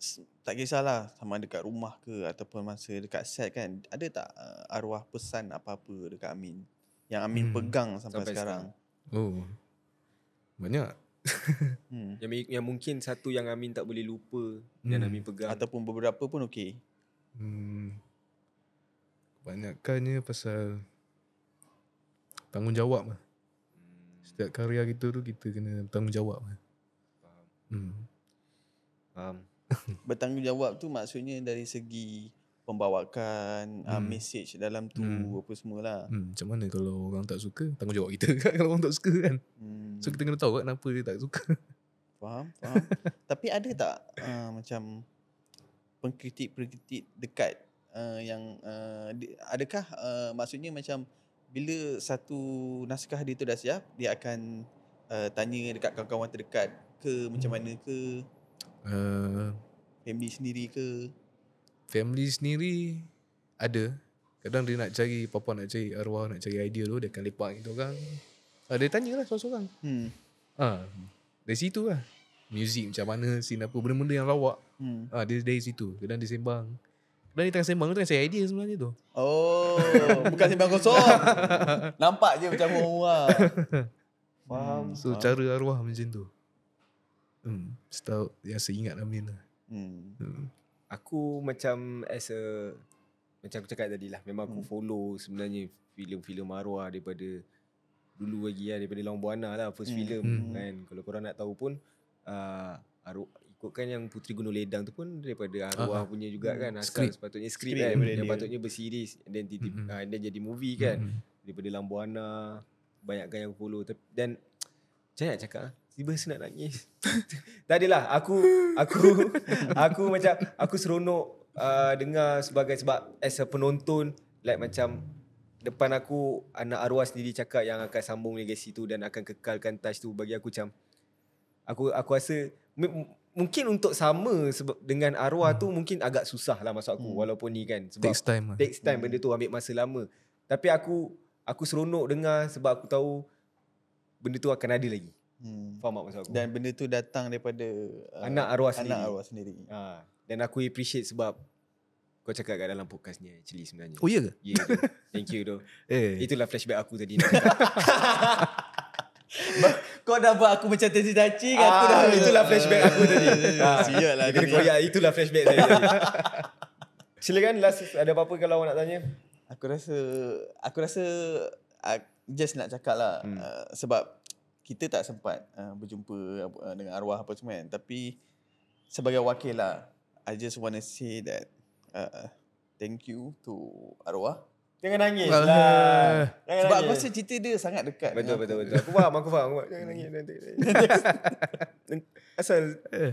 s- tak kisahlah sama ada dekat rumah ke ataupun masa dekat set kan ada tak uh, arwah pesan apa-apa dekat Amin yang Amin Hmm. pegang sampai, Sampai sekarang. Oh. Banyak. Hmm. Yang, mi- yang mungkin satu yang Amin tak boleh lupa dan Hmm. Amin pegang. Ataupun beberapa pun okey. Hmm, kebanyakannya pasal tanggungjawab lah. Setiap karya kita tu kita kena bertanggungjawab lah. Hmm. Faham? Bertanggungjawab tu maksudnya dari segi pembawakan hmm. uh, Hmm. message dalam tu Hmm. apa semualah. hmm. Macam mana kalau orang tak suka, tanggungjawab kita kan kalau orang tak suka kan. Hmm. So kita kena tahu kan kenapa dia tak suka. Faham, faham. Tapi ada tak uh, macam pengkritik-pengkritik dekat uh, yang uh, di, adakah uh, maksudnya macam bila satu naskah dia tu dah siap, dia akan uh, tanya dekat kawan-kawan terdekat ke macam mana ke Uh, family sendiri ke family sendiri ada. Kadang dia nak cari, papa nak cari arwah, nak cari idea tu, dia akan lepak dengan kita orang. Uh, dia tanya lah seorang-seorang. hmm Ha, dari situ lah. Muzik macam mana, scene apa, benda-benda yang lawak. hmm Ah, dia dari situ. Kadang dia sembang. Kadang dia tengah sembang tu tengah saya idea sebenarnya tu. oh bukan sembang kosong nampak je macam orang faham Ah. So faham. cara arwah macam tu. Hmm, setahu yang saya ingat Amin lah. hmm Hmm. Aku macam as a macam aku cakap tadi lah memang Hmm. aku follow sebenarnya filem-filem arwah daripada dulu lagi lah daripada Long Buana lah first Hmm. filem Hmm. kan kalau korang nak tahu pun uh, arwah ikutkan yang Puteri Gunung Ledang tu pun daripada Ah, arwah punya juga kan asal Skrip. sepatutnya skrip Skrip kan daripada yang dia. Hmm, patutnya berseries and then, titip, Mm-mm. uh, and then jadi movie kan Hmm. daripada Lambuana banyakkan yang follow tapi dan macam mana nak cakap ah? tiba saya nak nangis tak adalah aku aku aku macam aku seronok uh, dengar sebagai sebab as a penonton like macam depan aku anak arwah sendiri cakap yang akan sambung legacy tu dan akan kekalkan touch tu bagi aku macam aku aku rasa m- mungkin untuk sama sebab dengan arwah tu mungkin agak susah lah masuk aku walaupun ni kan sebab Takes time lah. takes time benda tu ambil masa lama. Tapi aku aku seronok dengar sebab aku tahu benda tu akan ada lagi. hmm Faham tak maksud aku? dan benda tu datang daripada uh, anak arwah anak sendiri. arwah sendiri Ha, dan aku appreciate sebab kau cakap kat dalam podcast ni actually sebenarnya. Oh iya ke? Ya. Yeah, thank you doh. Eh. Itulah flashback aku tadi. nak cakap. Kau dah buat aku macam tercita-cita kan aku dah. ah, itulah flashback aku tadi. Ah, Sial lah dia kena tadi. koyak. Itulah flashback saya tadi. Silakan last ada apa-apa kalau awak nak tanya. Aku rasa aku rasa uh, just nak cakap lah hmm. uh, sebab kita tak sempat uh, berjumpa uh, dengan arwah apa semua kan tapi sebagai wakil lah I just want to say that uh, thank you to arwah Jangan nangis Alah. lah. Jangan sebab aku nangis. rasa cerita dia sangat dekat Betul dengan betul aku. betul. Aku faham, aku faham. Aku faham. Jangan nangis nanti. Asal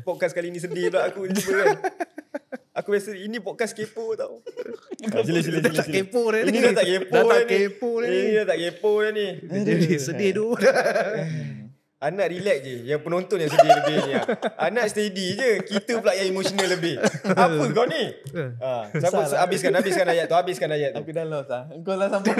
podcast kali ni sedih pula aku jumpa kan. Aku biasa ini podcast kepo tau. Ah, Sila sila Dah tak kepo dah Ini ni. dah tak kepo Dah dah tak ni. kepo dah ni. Ini dah tak kepo dah ni. Jadi sedih tu. Anak relax je. Yang penonton yang sedih lebih ni. ah. Anak steady je. Kita pula yang emotional lebih. Apa kau ni? Eh. Ha, so aku Salah. habiskan habiskan ayat tu, habiskan ayat tu. aku dah lost lah kau lah sampai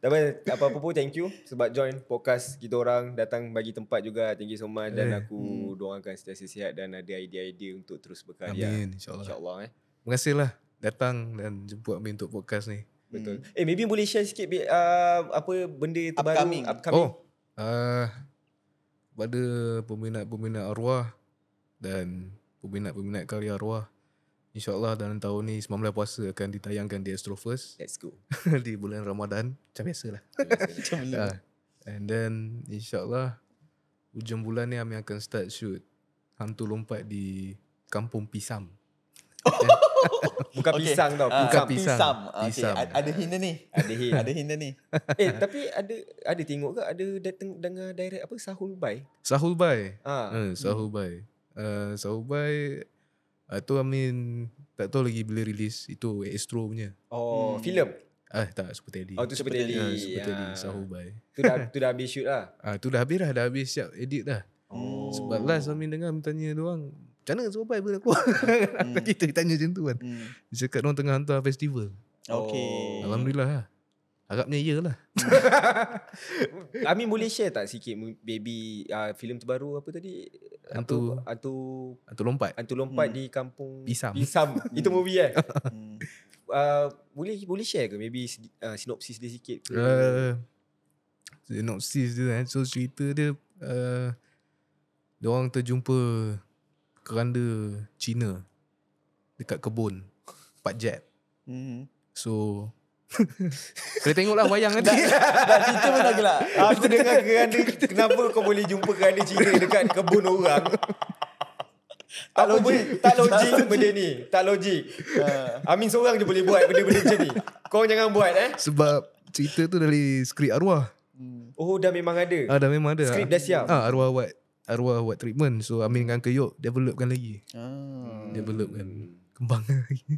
Tapi apa-apa pun thank you sebab join podcast kita orang datang bagi tempat juga. Thank you so much dan Eh. aku hmm. doakan sentiasa sihat dan ada idea-idea untuk terus berkarya. Amin insyaAllah. InsyaAllah eh. Terima kasih lah datang dan jemput Amin untuk podcast ni. Betul. Hmm. Eh maybe boleh share sikit bi- uh, apa benda terbaru Upcoming. upcoming. Oh. Uh, pada peminat-peminat arwah dan peminat-peminat karya arwah. InsyaAllah dalam tahun ni 19 puasa akan ditayangkan di Astro First Let's go. di bulan Ramadan. Macam biasalah. macam mana Uh, and then insyaAllah hujung bulan ni kami akan start shoot Hantu Lompat di Kampung Pisam. Bukan Okey. pisang tau. Ah, Bukan Bukan pisang. Pisam. Ah, okey. Pisam. Ad- Ada hint dia ni. Ada hint. Ada hint dia ni. eh tapi ada ada tengok ke ada datang dengar direct apa Sahul Bai? Sahul Bai. Ha. Ha, Sahul Bai. Uh, Sahul Bai uh, tu Amin tak tahu lagi bila release itu Astro punya. Oh, filem. Ah tak Super Teddy. Oh tu Super Teddy. Ah, Super Teddy Ah. Sahul Bai. Tu dah tu dah habis shoot lah. Ah tu dah habis dah dah habis siap edit dah. Oh. Sebab last Amin dengar Amin tanya dia orang macam mana Sahul Bai boleh keluar? Hmm. Sampai kita tanya macam tu kan. Hmm. Dia cakap orang tengah hantar festival. Okey. Oh. Alhamdulillah lah. Agaknya iyalah. Amin boleh share tak sikit mu- baby uh, filem terbaru apa tadi? Hantu- apa, hantu Atau lompat. hantu lompat hmm. di kampung Pisam. Pisam. Itu movie eh. Hmm. Uh, boleh boleh share ke maybe sedi- uh, sinopsis dia sikit ke? Uh, sinopsis dia kan. So cerita dia uh, Diorang terjumpa Keranda Cina Dekat kebun Pak Jet Hmm. So Kena tengoklah wayang nanti Dah cerita pun dah gelak. Aku dengar keranda Kenapa kau boleh jumpa keranda Cina Dekat kebun orang Tak logik Tak logik benda ni Tak logik Amin seorang je boleh buat Benda-benda macam ni Kau jangan buat eh Sebab cerita tu dari skrip arwah Oh dah memang ada ah, Dah memang ada Skrip dah siap. ah, Arwah buat Arwah buat treatment So Amin dengan Keyok Developkan lagi Ah. Developkan Kembangkan lagi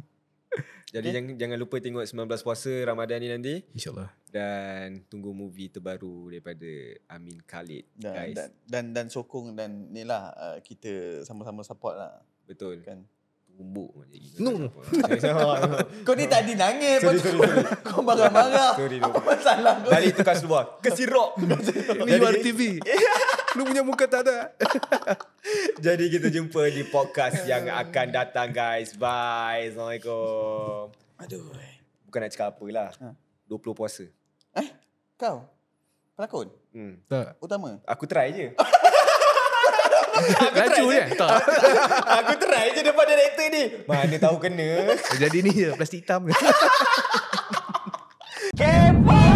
Jadi jangan, jangan lupa tengok 19 puasa Ramadan ni nanti InsyaAllah Dan tunggu movie terbaru Daripada Amin Khalid Dan, Guys dan, dan dan sokong dan ni lah uh, kita sama-sama support lah Betul kan. Oh, Tumbuk macam ni. No. Kau ni tadi nangis lepas Sorry, tu sorry, sorry. Kau marah-marah Sorry, no. Apa masalah kau Balik tukar seluar Kesirok Ni URTV Lu punya muka tak ada Jadi kita jumpa di podcast yang akan datang guys. Bye. Assalamualaikum. Aduh Bukan nak cakap apa lah. Ha. 20 puasa. Eh kau Pelakon Hmm. Tak Utama Aku try je. Laju je Tak Aku try je depan director ni. Mana tahu kena. Jadi ni je Plastik hitam Kepo